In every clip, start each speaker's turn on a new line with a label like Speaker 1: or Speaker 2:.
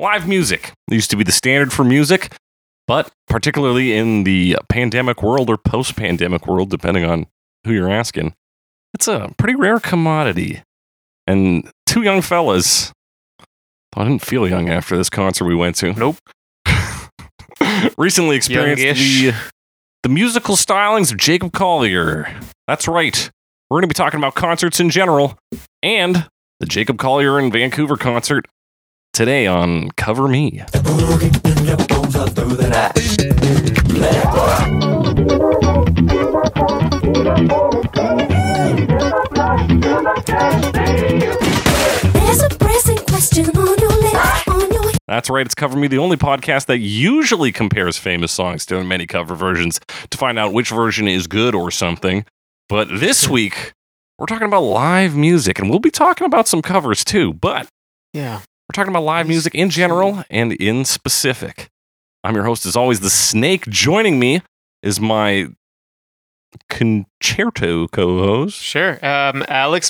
Speaker 1: live music. It used to be the standard for music, but particularly in the pandemic world or post pandemic world, depending on who you're asking, it's a pretty rare commodity. And two young fellas, I didn't feel young after this concert we went to.
Speaker 2: Nope.
Speaker 1: Recently experienced
Speaker 2: Youngish.
Speaker 1: the, the musical stylings of Jacob Collier. That's right. We're going to be talking about concerts in general and the Jacob Collier in Vancouver concert today on Cover Me.
Speaker 3: There's a pressing question on your lips, on your
Speaker 1: That's right, it's Cover Me, the only podcast that usually compares famous songs to many cover versions to find out which version is good or something. But this
Speaker 2: Hmm.
Speaker 1: week, we're talking about live music, and we'll be talking about some covers too, but
Speaker 2: Yeah.
Speaker 1: we're talking about live music in general and in specific. I'm your host, as always, The Snake. Joining me is my concerto co host.
Speaker 2: Sure. Um, Alex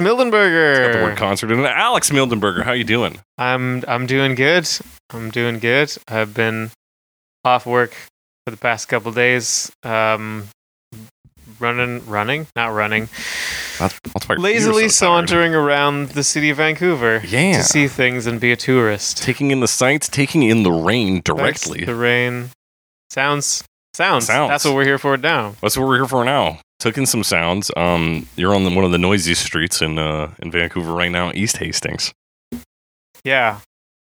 Speaker 1: Got
Speaker 2: Mildenberger.
Speaker 1: the word concert in it. Alex Mildenberger, how you doing?
Speaker 2: I'm I'm doing good. I'm doing good. I've been off work for the past couple days. Um, running, running, not running.
Speaker 1: That's, that's why you're
Speaker 2: Lazily
Speaker 1: so tired.
Speaker 2: sauntering around the city of Vancouver
Speaker 1: Yeah.
Speaker 2: to see things and be a tourist.
Speaker 1: taking in the sights, taking in the rain
Speaker 2: Thanks
Speaker 1: directly.
Speaker 2: to The rain sounds. Sounds.
Speaker 1: Sounds.
Speaker 2: That's what we're here for now.
Speaker 1: That's what we're here for now. Took in some sounds. Um, you're on the, one of the noisiest streets in uh, in Vancouver right now, East Hastings.
Speaker 2: Yeah.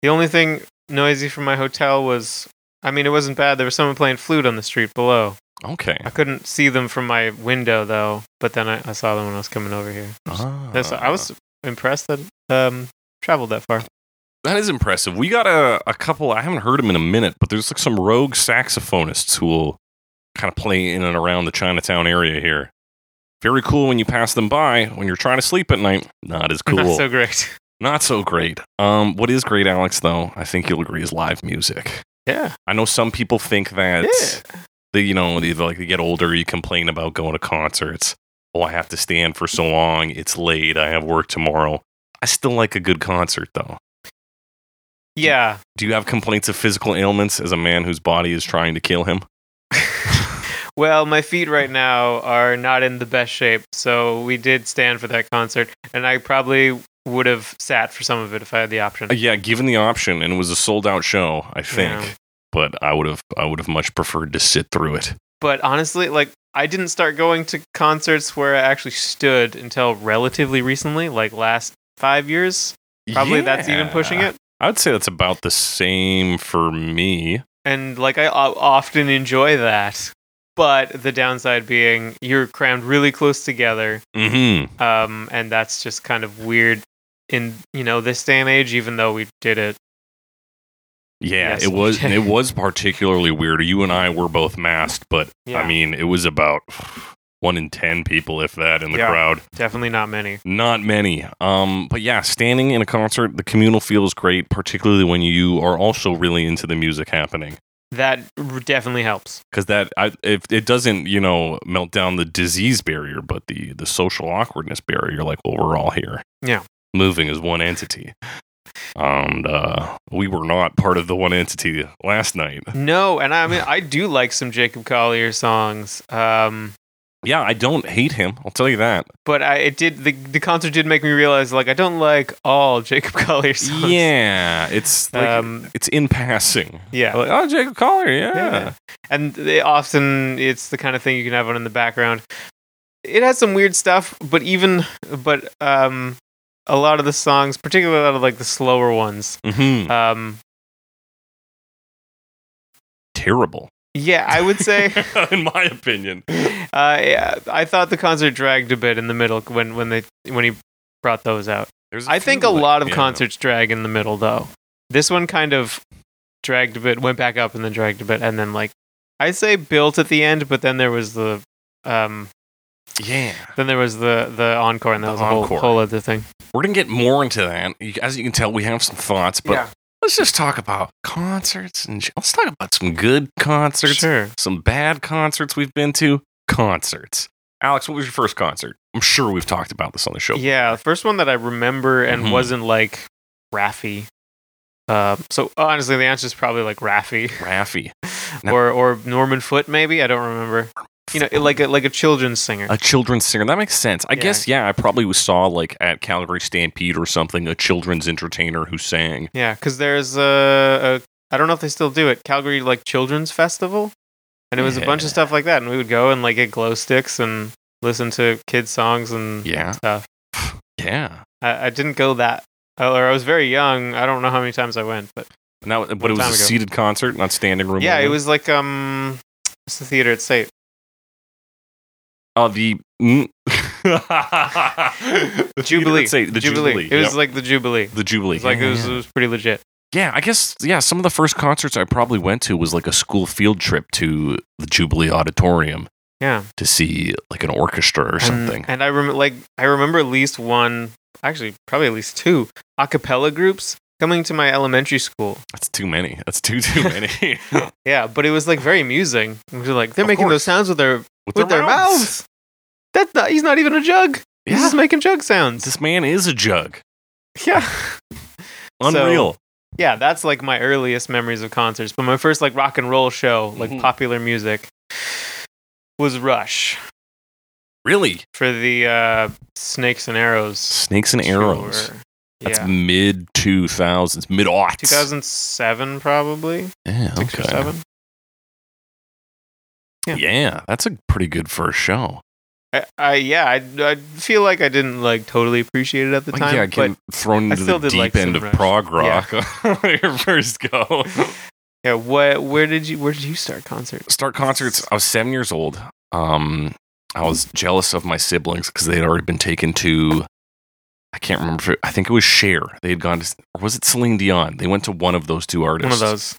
Speaker 2: The only thing noisy from my hotel was. I mean, it wasn't bad. There was someone playing flute on the street below.
Speaker 1: Okay.
Speaker 2: I couldn't see them from my window though, but then I, I saw them when I was coming over here.
Speaker 1: Ah.
Speaker 2: That's- I
Speaker 1: Uh.
Speaker 2: was impressed that um traveled that far.
Speaker 1: That is impressive. We got a, a couple. I haven't heard them in a minute, but there's like some rogue saxophonists who will kind of play in and around the Chinatown area here. Very cool when you pass them by when you're trying to sleep at night. Not as cool.
Speaker 2: Not so great.
Speaker 1: Not so great. Um, what is great, Alex? Though I think you'll agree is live music.
Speaker 2: Yeah.
Speaker 1: I know some people think that
Speaker 2: Yeah.
Speaker 1: they, you know, they, like they get older, you complain about going to concerts. Oh, I have to stand for so long. It's late. I have work tomorrow. I still like a good concert, though.
Speaker 2: Yeah.
Speaker 1: Do you have complaints of physical ailments as a man whose body is trying to kill him?
Speaker 2: Well, my feet right now are not in the best shape, so we did stand for that concert, and I probably would have sat for some of it if I had the option.
Speaker 1: Uh, yeah, given the option, and it was a sold out show, I think.
Speaker 2: Yeah.
Speaker 1: But I would have, I would have much preferred to sit through it.
Speaker 2: But honestly, like I didn't start going to concerts where I actually stood until relatively recently, like last five years. Probably that's even pushing
Speaker 1: Yeah.
Speaker 2: it.
Speaker 1: I would say that's about the same for me.
Speaker 2: and like I o- often enjoy that. But the downside being you're crammed really close together,
Speaker 1: Mm-hmm.
Speaker 2: um, and that's just kind of weird in you know this day and age. Even though we did it,
Speaker 1: Yeah,
Speaker 2: Yes.
Speaker 1: it was it was particularly weird. You and I were both masked, but I
Speaker 2: Yeah.
Speaker 1: mean, it was about one in ten people, if that, in the
Speaker 2: Yeah.
Speaker 1: crowd.
Speaker 2: definitely not many.
Speaker 1: Not many. Um, but yeah, standing in a concert, the communal feel is great, particularly when you are also really into the music happening,
Speaker 2: That r- definitely helps.
Speaker 1: because that I, if it doesn't, you know, melt down the disease barrier, but the the social awkwardness barrier. You're like, well, we're all here.
Speaker 2: Yeah.
Speaker 1: moving as one entity. And uh, we were not part of the one entity last night.
Speaker 2: No, and I mean I do like some Jacob Collier songs, um,
Speaker 1: Yeah, I don't hate him. I'll tell you that.
Speaker 2: but I it did the the concert did make me realize like I don't like all Jacob Collier songs.
Speaker 1: Yeah, it's like
Speaker 2: Um,
Speaker 1: it's in passing.
Speaker 2: yeah.
Speaker 1: Like, oh, Jacob Collier, yeah.
Speaker 2: Yeah. And they often it's the kind of thing you can have on in the background. It has some weird stuff, but even but um a lot of the songs, particularly a lot of like the slower ones.
Speaker 1: hmm
Speaker 2: Um
Speaker 1: Terrible,
Speaker 2: yeah, I would say uh
Speaker 1: in my opinion.
Speaker 2: yeah, I thought the concert dragged a bit in the middle when when they when he brought those out.
Speaker 1: There's
Speaker 2: I think a
Speaker 1: few, like-
Speaker 2: lot of
Speaker 1: yeah.
Speaker 2: concerts drag in the middle though. This one kind of dragged a bit, went back up and then dragged a bit and then like I say built at the end, but then there was the um
Speaker 1: Yeah,
Speaker 2: Then there was the the encore, and that
Speaker 1: The
Speaker 2: was a whole,
Speaker 1: encore.
Speaker 2: whole other thing.
Speaker 1: we're gonna get more into that. You- As you can tell, we have some thoughts, but let's just talk about concerts and sh- let's talk about some good concerts,
Speaker 2: sure.
Speaker 1: some bad concerts we've been to. Concerts, Alex. What was your first concert? I'm sure we've talked about this on the show. Mm-hmm.
Speaker 2: Yeah, the first one that I remember and
Speaker 1: Mhm.
Speaker 2: wasn't like Raffy Uh, so honestly, the answer is probably like Raffi
Speaker 1: Raffy. No.
Speaker 2: or or Norman Foot. Maybe I don't remember. You know, like a, like a children's singer.
Speaker 1: A children's singer. That makes sense. I
Speaker 2: Yeah.
Speaker 1: guess, yeah, I probably saw like at Calgary Stampede or something, a children's entertainer who sang.
Speaker 2: Yeah, because there's a, a I don't know if they still do it Calgary like Children's Festival, and it was a bunch
Speaker 1: Yeah.
Speaker 2: of stuff like that, and we would go and like get glow sticks and listen to kids songs and
Speaker 1: Yeah.
Speaker 2: stuff.
Speaker 1: Yeah.
Speaker 2: I, I didn't go that, or I was very young. I don't know how many times I went, but
Speaker 1: And that, but it was a
Speaker 2: time ago.
Speaker 1: seated concert, not standing room.
Speaker 2: yeah, it
Speaker 1: only?
Speaker 2: was like um, it's the theater at State.
Speaker 1: Uh, the. Mm, The
Speaker 2: Jubilee.
Speaker 1: Say, the Jubilee.
Speaker 2: It was
Speaker 1: Yep.
Speaker 2: like the Jubilee.
Speaker 1: the Jubilee.
Speaker 2: It's like
Speaker 1: yeah,
Speaker 2: it was,
Speaker 1: yeah.
Speaker 2: it was pretty legit.
Speaker 1: Yeah, I guess. Yeah, some of the first concerts I probably went to was like a school field trip to the Jubilee Auditorium
Speaker 2: Yeah.
Speaker 1: to see like an orchestra or
Speaker 2: Hmm.
Speaker 1: something.
Speaker 2: And, and I remember like I remember at least one, actually probably at least two a cappella groups coming to my elementary school.
Speaker 1: That's too many. That's too too many.
Speaker 2: Yeah, but it was like very amusing. It was like they're
Speaker 1: Of
Speaker 2: making
Speaker 1: course.
Speaker 2: those sounds with their with, their, mouths. That's not he's not even a jug. He's
Speaker 1: Yeah.
Speaker 2: just making jug sounds.
Speaker 1: This man is a jug.
Speaker 2: Yeah. So-
Speaker 1: Unreal.
Speaker 2: Yeah, that's like my earliest memories of concerts. But my first like rock and roll show, like
Speaker 1: Mhm.
Speaker 2: popular music was Rush
Speaker 1: really?
Speaker 2: for the uh Snakes and Arrows.
Speaker 1: Snakes and arrows.
Speaker 2: tour.
Speaker 1: That's
Speaker 2: Yeah.
Speaker 1: mid two thousands, mid aughts.
Speaker 2: 2007 probably.
Speaker 1: Yeah,
Speaker 2: Six or
Speaker 1: okay.
Speaker 2: seven. yeah.
Speaker 1: Yeah, that's a pretty good first show.
Speaker 2: I, I yeah, I, I feel like I didn't like totally appreciate it at the
Speaker 1: Like,
Speaker 2: time,
Speaker 1: yeah,
Speaker 2: but
Speaker 1: getting thrown
Speaker 2: I
Speaker 1: into the
Speaker 2: still did
Speaker 1: deep
Speaker 2: like some
Speaker 1: end of
Speaker 2: Rush.
Speaker 1: prog rock on your first go.
Speaker 2: yeah, what where did you where did you start concerts?
Speaker 1: Start concerts. I was seven years old. Um, I was jealous of my siblings because they had already been taken to. I can't remember. If it, I think it was Cher. They had gone to, or was it Celine Dion? They went to one of those two artists.
Speaker 2: One of those.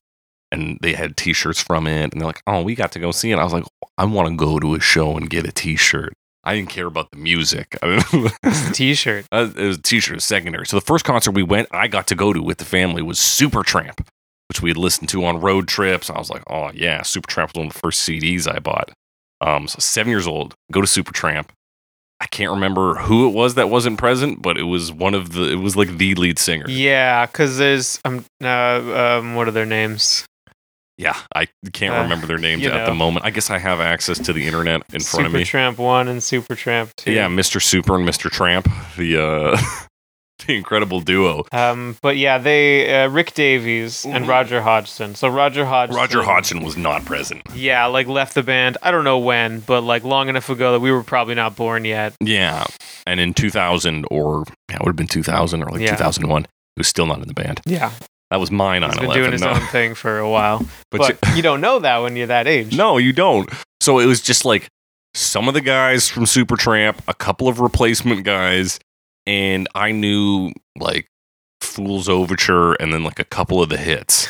Speaker 1: and they had t-shirts from it and they're like oh we got to go see it i was like i want to go to a show and get a t-shirt i didn't care about the music
Speaker 2: The t-shirt.
Speaker 1: Uh, it was a t-shirt was secondary so the first concert we went i got to go to with the family was supertramp which we had listened to on road trips i was like oh yeah supertramp was one of the first cds i bought um, so seven years old go to supertramp i can't remember who it was that wasn't present but it was one of the it was like the lead singer
Speaker 2: Yeah, cuz there's um uh, um what are their names?
Speaker 1: Yeah, I can't
Speaker 2: Uh,
Speaker 1: remember their names
Speaker 2: you
Speaker 1: at the
Speaker 2: know.
Speaker 1: moment. I guess I have access to the internet in front of me.
Speaker 2: Supertramp 1 and Supertramp 2.
Speaker 1: Yeah, Mr. Super and Mr. Tramp, the uh, the incredible duo.
Speaker 2: Um but yeah, they uh, Rick Davies and
Speaker 1: Mhm.
Speaker 2: Roger Hodgson. So Roger Hodgson
Speaker 1: Roger Hodgson was not present.
Speaker 2: Yeah, like left the band. I don't know when, but like long enough ago that we were probably not born yet.
Speaker 1: Yeah, and in 2000 or yeah, it would have been 2000 or like
Speaker 2: Yeah.
Speaker 1: 2001, he was still not in the band.
Speaker 2: Yeah.
Speaker 1: That was mine on
Speaker 2: He's been
Speaker 1: 11.
Speaker 2: doing his
Speaker 1: no,
Speaker 2: own thing for a while.
Speaker 1: but,
Speaker 2: But,
Speaker 1: you-
Speaker 2: you, don't know that when you're that age.
Speaker 1: No, you don't. So it was just like some of the guys from Supertramp, a couple of replacement guys, and I knew like Fool's Overture and then like a couple of the hits.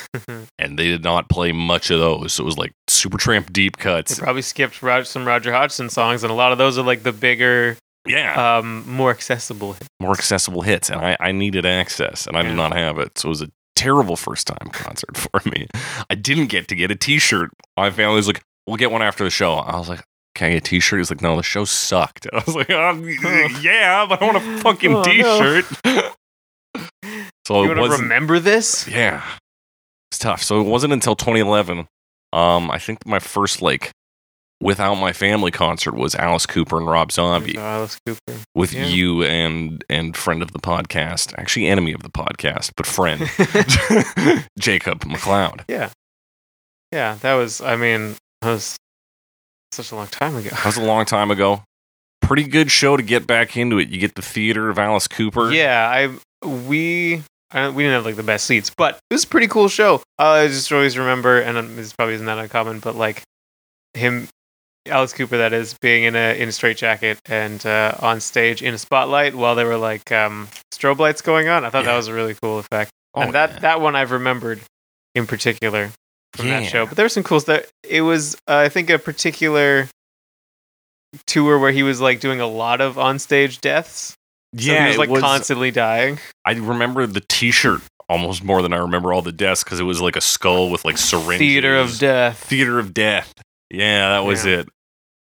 Speaker 1: and they did not play much of those. So it was like Supertramp deep
Speaker 2: They
Speaker 1: cuts.
Speaker 2: probably skipped Rog- some Roger Hodgson songs, and a lot of those are like the bigger,
Speaker 1: Yeah.
Speaker 2: um, more accessible.
Speaker 1: more accessible hits. And I, I needed access and I did
Speaker 2: Yeah.
Speaker 1: not have it. So it was a terrible first time concert for me. I didn't get to get a t shirt. My family was like, we'll get one after the show. I was like, can I get a t shirt? He's like, no, the show sucked. I was like, um, yeah, but I want a fucking
Speaker 2: Oh, no.
Speaker 1: t shirt. so
Speaker 2: you
Speaker 1: it
Speaker 2: want to
Speaker 1: wasn't.
Speaker 2: remember this?
Speaker 1: Yeah. It's tough. So it wasn't until 2011. Um, I think my first, like, without my family concert was Alice Cooper and Rob Zombie
Speaker 2: Alice Cooper.
Speaker 1: with
Speaker 2: Yeah.
Speaker 1: you and and friend of the podcast, actually enemy of the podcast, but friend Jacob McLeod.
Speaker 2: yeah, that was. I mean, that was such a long time ago.
Speaker 1: That was a long time ago. Pretty good show to get back into it. You get the theater of Alice Cooper.
Speaker 2: Yeah, I we I don't, we didn't have like the best seats, but it was a pretty cool show. Uh, I just always remember, and um, this probably isn't that uncommon, but like him, Alice Cooper, that is, being in a in a straitjacket and uh, on stage in a spotlight while there were like um, strobe lights going on. I thought
Speaker 1: Yeah.
Speaker 2: that was a really cool effect,
Speaker 1: Oh,
Speaker 2: and that
Speaker 1: yeah.
Speaker 2: that one I've remembered in particular from
Speaker 1: Yeah.
Speaker 2: that show. But there was some cool stuff. It was, uh, I think, a particular tour where he was like doing a lot of onstage deaths. So
Speaker 1: yeah,
Speaker 2: he was
Speaker 1: it
Speaker 2: like
Speaker 1: was-
Speaker 2: constantly dying.
Speaker 1: I remember the T-shirt almost more than I remember all the deaths because it was like a skull with like syringes.
Speaker 2: Theater of Death.
Speaker 1: Theater of Death. Yeah, that was
Speaker 2: Yeah.
Speaker 1: it.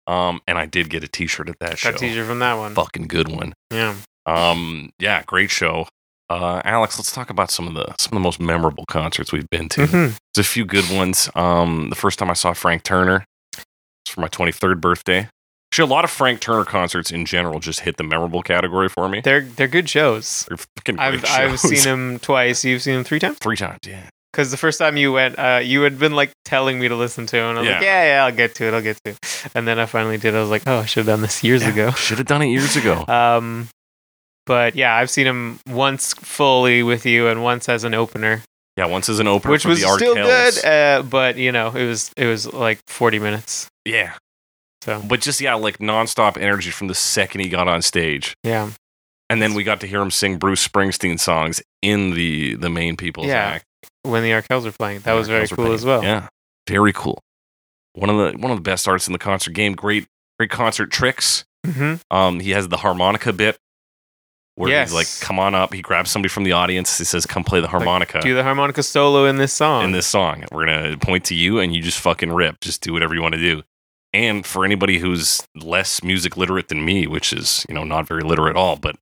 Speaker 1: Um, and I did get a T-shirt at that show.
Speaker 2: Got teaser from that one.
Speaker 1: Fucking good one.
Speaker 2: Yeah.
Speaker 1: Um, yeah, great show. Uh, Uh, Alex, let's talk about some of the some of the most memorable concerts we've been to.
Speaker 2: Mhm.
Speaker 1: There's a few good ones. Um, the first time I saw Frank Turner was for my 23rd birthday. Actually, a lot of Frank Turner concerts in general just hit the memorable category for me.
Speaker 2: They're they're good shows.
Speaker 1: They're fucking great
Speaker 2: I've I've
Speaker 1: shows.
Speaker 2: seen him twice. You've seen him three times.
Speaker 1: three times. Yeah,
Speaker 2: Because the first time you went, uh, you had been like telling me to listen to, it, and I was like,
Speaker 1: Yeah.
Speaker 2: yeah, yeah, I'll get to it, I'll get to it. And then I finally did. I was like, oh, I should have done this years ago.
Speaker 1: should have done it years ago.
Speaker 2: Um, but yeah, I've seen him once fully with you, and once as an opener,
Speaker 1: yeah, once as an opener,
Speaker 2: which
Speaker 1: for
Speaker 2: was
Speaker 1: the
Speaker 2: still
Speaker 1: Arkells.
Speaker 2: good. Uh, but you know, it was it was like forty minutes.
Speaker 1: Yeah.
Speaker 2: So.
Speaker 1: But just yeah, like nonstop energy from the second he got on stage,
Speaker 2: Yeah,
Speaker 1: and then we got to hear him sing Bruce Springsteen songs in the the main people's
Speaker 2: Yeah.
Speaker 1: act.
Speaker 2: when the Arkells were playing, that was very
Speaker 1: Those were
Speaker 2: cool
Speaker 1: pretty-
Speaker 2: as well.
Speaker 1: Yeah, very cool. One of the one of the best artists in the concert game. Great, great concert tricks.
Speaker 2: hmm
Speaker 1: Um, he has the harmonica bit where
Speaker 2: Yes.
Speaker 1: he's like, "Come on up." He grabs somebody from the audience. He says, "Come play the harmonica."
Speaker 2: Do the harmonica solo in this song.
Speaker 1: in this song. We're gonna point to you, and you just fucking rip. Just do whatever you want to do. And for anybody who's less music literate than me, which is you know not very literate at all, but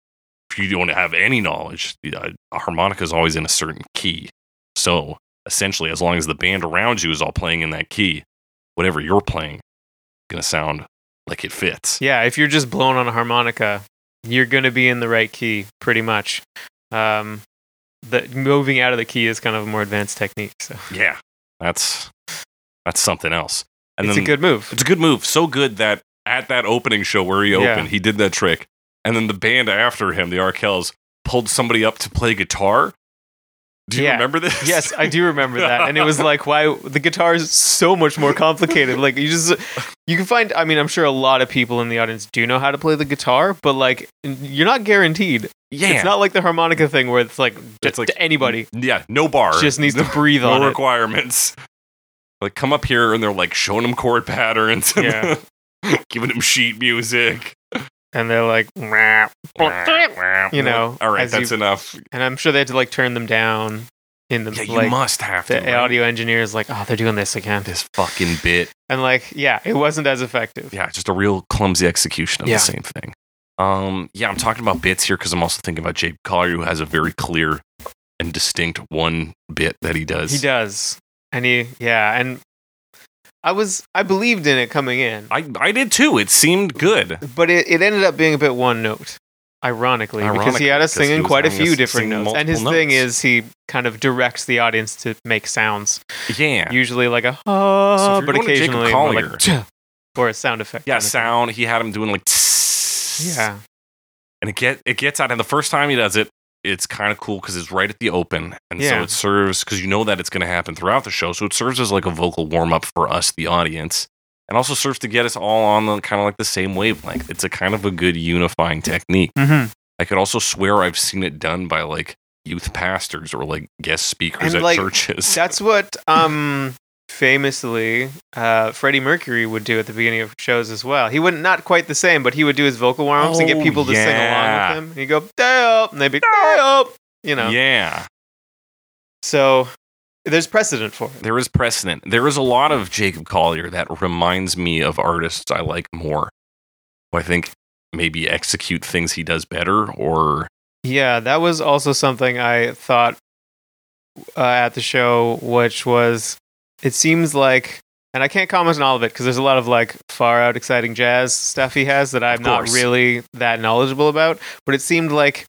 Speaker 1: if you don't have any knowledge, you know, a harmonica is always in a certain key. So essentially, as long as the band around you is all playing in that key, whatever you're playing, gonna sound like it fits.
Speaker 2: Yeah, if you're just blown on a harmonica, you're going to be in the right key pretty much. Um, the moving out of the key is kind of a more advanced technique, so
Speaker 1: Yeah, that's that's something else. And
Speaker 2: it's
Speaker 1: then
Speaker 2: a good move.
Speaker 1: It's a good move. So good that at that opening show where he
Speaker 2: Yeah.
Speaker 1: opened, he did that trick. And then the band after him, the Arkells, pulled somebody up to play guitar. Do you
Speaker 2: Yeah.
Speaker 1: remember this?
Speaker 2: Yes, I do remember that, and it was like, why the guitar is so much more complicated. Like you just, you can find. I mean, I'm sure a lot of people in the audience do know how to play the guitar, but like, you're not guaranteed.
Speaker 1: yeah.
Speaker 2: It's not like the harmonica thing where it's like,
Speaker 1: It's
Speaker 2: it's
Speaker 1: like-
Speaker 2: like anybody
Speaker 1: yeah, no bar.
Speaker 2: just needs to
Speaker 1: no,
Speaker 2: breathe
Speaker 1: no
Speaker 2: on it.
Speaker 1: requirements. Like come up here and they're like showing him chord patterns and
Speaker 2: Yeah.
Speaker 1: giving him sheet music.
Speaker 2: And they're like, "Rah."
Speaker 1: you
Speaker 2: know,
Speaker 1: All right,
Speaker 2: as you-
Speaker 1: that's enough.
Speaker 2: and I'm sure they had to like turn them down in the
Speaker 1: Yeah, you
Speaker 2: like
Speaker 1: must have to.
Speaker 2: the
Speaker 1: right?
Speaker 2: audio engineer is like, oh, they're doing this again.
Speaker 1: This fucking bit.
Speaker 2: And like, yeah, it wasn't as effective.
Speaker 1: yeah, just a real clumsy execution of
Speaker 2: Yeah.
Speaker 1: the same thing. Um, yeah, I'm talking about bits here because I'm also thinking about Jake Collier, who has a very clear and distinct one bit that he does.
Speaker 2: He does. And he, yeah, and I was, I believed in it coming in,
Speaker 1: I, I did too. It seemed good.
Speaker 2: but it, it ended up being a bit one note, ironically, because
Speaker 1: Ironically,
Speaker 2: he had us
Speaker 1: because he
Speaker 2: singing
Speaker 1: was
Speaker 2: quite a
Speaker 1: having us
Speaker 2: few different
Speaker 1: sing
Speaker 2: notes. And
Speaker 1: multiple
Speaker 2: his thing
Speaker 1: notes.
Speaker 2: is he kind of directs the audience to make sounds,
Speaker 1: Yeah.
Speaker 2: usually like a ha,
Speaker 1: So if you're
Speaker 2: but
Speaker 1: going to Jacob
Speaker 2: occasionally more like,
Speaker 1: Collier-
Speaker 2: "Tch," or a sound effect.
Speaker 1: yeah,
Speaker 2: kind of thing.
Speaker 1: sound. He had him doing like tss,
Speaker 2: Yeah,
Speaker 1: and it get it gets out. And the first time he does it, it's kind of cool because it's right at the open, and so
Speaker 2: Yeah.
Speaker 1: it serves because you know that it's going to happen throughout the show. So it serves as like a vocal warm up for us, the audience, and also serves to get us all on the kind of like the same wavelength. It's a kind of a good unifying technique.
Speaker 2: mm-hmm.
Speaker 1: I could also swear I've seen it done by like youth pastors or like guest speakers at
Speaker 2: And, like,
Speaker 1: churches.
Speaker 2: That's what um famously uh Freddie Mercury would do at the beginning of shows as well. He wouldn't not quite the same, but he would do his vocal warm-ups and
Speaker 1: Oh,
Speaker 2: get people to
Speaker 1: yeah.
Speaker 2: sing along with him. He'd go, day up, and they'd be day up. You know.
Speaker 1: Yeah,
Speaker 2: So there's precedent for it.
Speaker 1: there is precedent. There is a lot of Jacob Collier that reminds me of artists I like more. Who I think maybe execute things he does better or
Speaker 2: Yeah, that was also something I thought uh, at the show, which was it seems like and I can't comment on all of it because there's a lot of like far out exciting jazz stuff he has that
Speaker 1: Of
Speaker 2: I'm not
Speaker 1: course.
Speaker 2: really that knowledgeable about. But it seemed like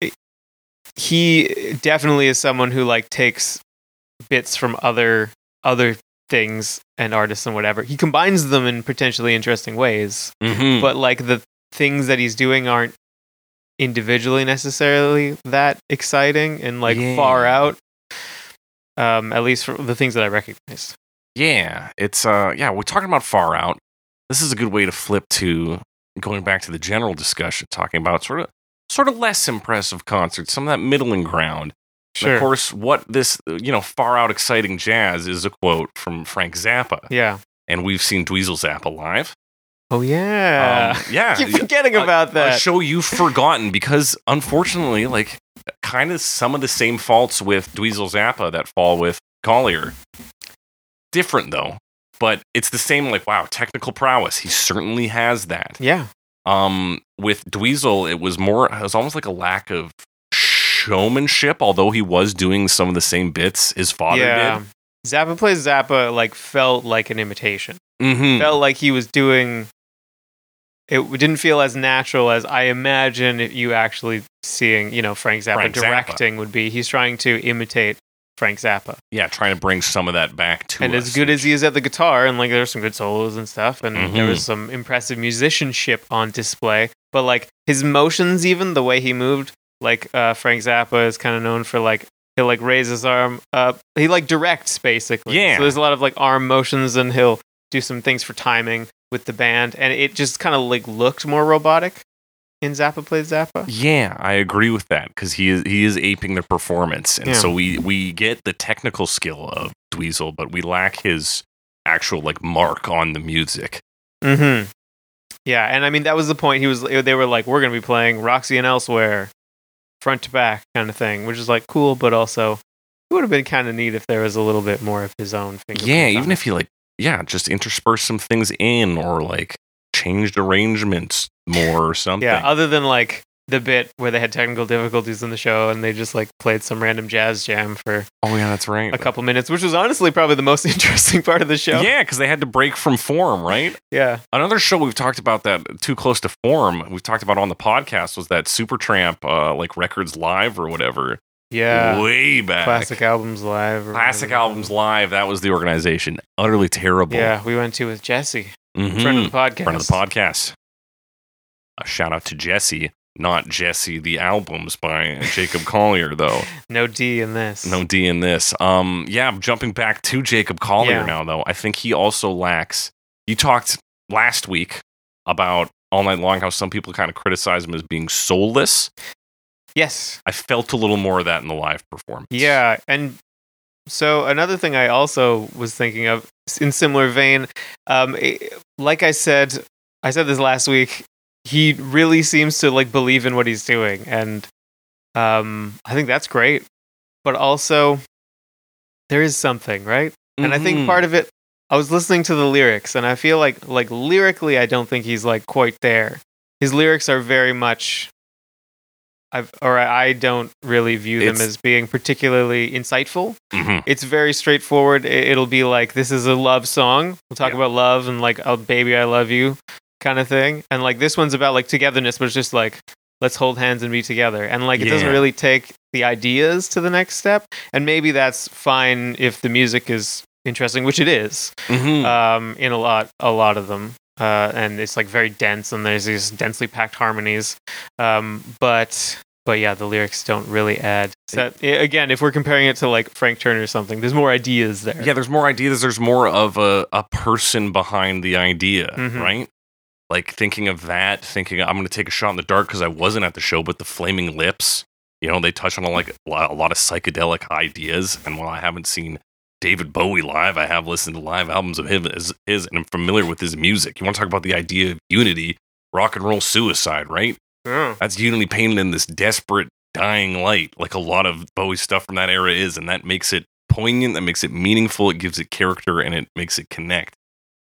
Speaker 2: it, he definitely is someone who like takes bits from other other things and artists and whatever. He combines them in potentially interesting ways
Speaker 1: Mhm.
Speaker 2: but like the things that he's doing aren't individually necessarily that exciting and like
Speaker 1: Yeah.
Speaker 2: far out um at least for the things that i recognized
Speaker 1: yeah, it's uh yeah, we're talking about far out. This is a good way to flip to going back to the general discussion talking about sort of sort of less impressive concerts, some of that middling ground. And Of course, what this, uh, you know, far out exciting jazz is a quote from Frank Zappa.
Speaker 2: yeah
Speaker 1: And we've seen Dweezil Zappa live.
Speaker 2: oh yeah
Speaker 1: Um, yeah.
Speaker 2: keep oh, forgetting about
Speaker 1: A
Speaker 2: that
Speaker 1: show you've forgotten because, unfortunately, like, kind of some of the same faults with Dweezil Zappa that fall with Collier. Different, though. But it's the same, like, wow, technical prowess. He certainly has that.
Speaker 2: yeah
Speaker 1: Um, with Dweezil, it was more, it was almost like a lack of showmanship, although he was doing some of the same bits his father
Speaker 2: yeah. Zappa plays Zappa like felt like an imitation.
Speaker 1: did. Mm-hmm.
Speaker 2: Felt like he was doing. It didn't feel as natural as I imagine if you actually seeing, you know, Frank Zappa
Speaker 1: Frank Zappa.
Speaker 2: directing would be. He's trying to imitate Frank Zappa,
Speaker 1: Yeah, trying to bring some of that back to
Speaker 2: and
Speaker 1: us.
Speaker 2: as good as he is at the guitar, and like there's some good solos and stuff, and there
Speaker 1: Mhm.
Speaker 2: was some impressive musicianship on display. But like his motions, even the way he moved, like uh, Frank Zappa is kind of known for like he'll like raise his arm up. He like directs basically.
Speaker 1: Yeah.
Speaker 2: So there's a lot of like arm motions, and he'll do some things for timing with the band, and it just kind of like looked more robotic in Zappa plays Zappa.
Speaker 1: Yeah, I agree with that because he is he is aping the performance, and
Speaker 2: Yeah.
Speaker 1: so we we get the technical skill of Dweezil, but we lack his actual like mark on the music.
Speaker 2: Mm-hmm. Yeah, and I mean that was the point. He was they were like, we're gonna be playing Roxy and elsewhere, front to back kind of thing, which is like cool, but also it would have been kind of neat if there was a little bit more of his own.
Speaker 1: Yeah, even if he like yeah, just intersperse some things in or like changed arrangements more or something.
Speaker 2: yeah, uh, other than like the bit where they had technical difficulties in the show and they just like played some random jazz jam for
Speaker 1: oh yeah, that's right.
Speaker 2: a couple minutes, which was honestly probably the most interesting part of the show.
Speaker 1: Yeah, because they had to break from form, right?
Speaker 2: yeah.
Speaker 1: Another show we've talked about that too close to form. We've talked about on the podcast was that Supertramp, uh, like Records Live or whatever,
Speaker 2: Yeah.
Speaker 1: way back.
Speaker 2: Classic albums live. or
Speaker 1: Classic
Speaker 2: whatever.
Speaker 1: Albums Live, that was the organization. Utterly terrible.
Speaker 2: Yeah, we went to with Jesse,
Speaker 1: Mhm.
Speaker 2: friend of the podcast.
Speaker 1: Friend of the podcast. A shout out to Jesse, not Jesse the Albums by Jacob Collier, though.
Speaker 2: No D in this.
Speaker 1: No D in this. Um, yeah, I'm jumping back to Jacob Collier
Speaker 2: Yeah.
Speaker 1: now, though. I think he also lacks. You talked last week about All Night Long how some people kind of criticize him as being soulless.
Speaker 2: Yes.
Speaker 1: I felt a little more of that in the live performance.
Speaker 2: Yeah, and so another thing I also was thinking of s- in similar vein, um, i like I said, I said this last week. He really seems to like believe in what he's doing, and um, I think that's great. But also, there is something right, and I think
Speaker 1: Mhm.
Speaker 2: part of it. I was listening to the lyrics, and I feel like like lyrically, I don't think he's like quite there. His lyrics are very much. I've, or I I don't really view them
Speaker 1: It's-
Speaker 2: as being particularly insightful.
Speaker 1: Mhm.
Speaker 2: It's very straightforward. I- It'll be like this is a love song. We'll talk
Speaker 1: Yeah.
Speaker 2: about love and like oh baby I love you kind of thing. And like this one's about like togetherness, but it's just like let's hold hands and be together. And like it doesn't
Speaker 1: Yeah.
Speaker 2: really take the ideas to the next step. And maybe that's fine if the music is interesting, which it is
Speaker 1: Mhm.
Speaker 2: um, in a lot a lot of them, uh, and it's like very dense, and there's these densely packed harmonies. Um, but but yeah, the lyrics don't really add. So that- i- again, if we're comparing it to like Frank Turner or something, there's more ideas there.
Speaker 1: yeah there's more ideas there's more of a, a person behind the idea
Speaker 2: Mhm.
Speaker 1: right like thinking of that thinking i'm going to take a shot in the dark because i wasn't at the show but the flaming lips you know they touch on a, like a lot, a lot of psychedelic ideas and while i haven't seen david bowie live i have listened to live albums of him as his and i'm familiar with his music you want to talk about the idea of unity rock and roll suicide right
Speaker 2: Yeah.
Speaker 1: that's unity painted in this desperate dying light like a lot of bowie stuff from that era is and that makes it poignant that makes it meaningful it gives it character and it makes it connect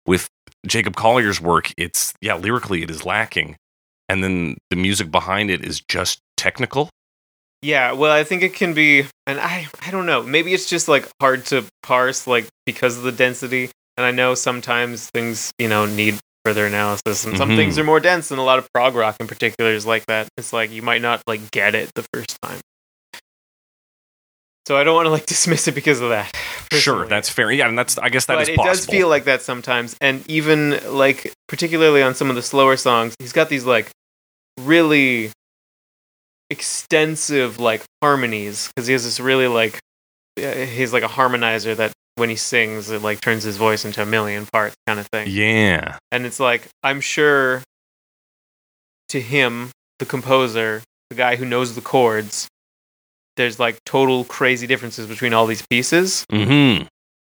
Speaker 1: with jacob collier's work it's yeah lyrically it is lacking and then the music behind it is just technical
Speaker 2: Yeah, well, I think it can be, and I, I don't know. Maybe it's just like hard to parse, like because of the density. And I know sometimes things, you know, need further analysis, and some
Speaker 1: Mhm.
Speaker 2: things are more dense. And a lot of prog rock, in particular, is like that. It's like you might not like get it the first time. So I don't want to like dismiss it because of that.
Speaker 1: sure
Speaker 2: personally.
Speaker 1: that's fair yeah and that's i guess that
Speaker 2: but
Speaker 1: is
Speaker 2: it
Speaker 1: possible
Speaker 2: does feel like that sometimes, and even like particularly on some of the slower songs, he's got these like really extensive like harmonies because he has this really like uh, he's like a harmonizer that when he sings it like turns his voice into a million parts kind of thing
Speaker 1: yeah
Speaker 2: and it's like i'm sure to him the composer the guy who knows the chords there's like total crazy differences between all these pieces
Speaker 1: mm-hmm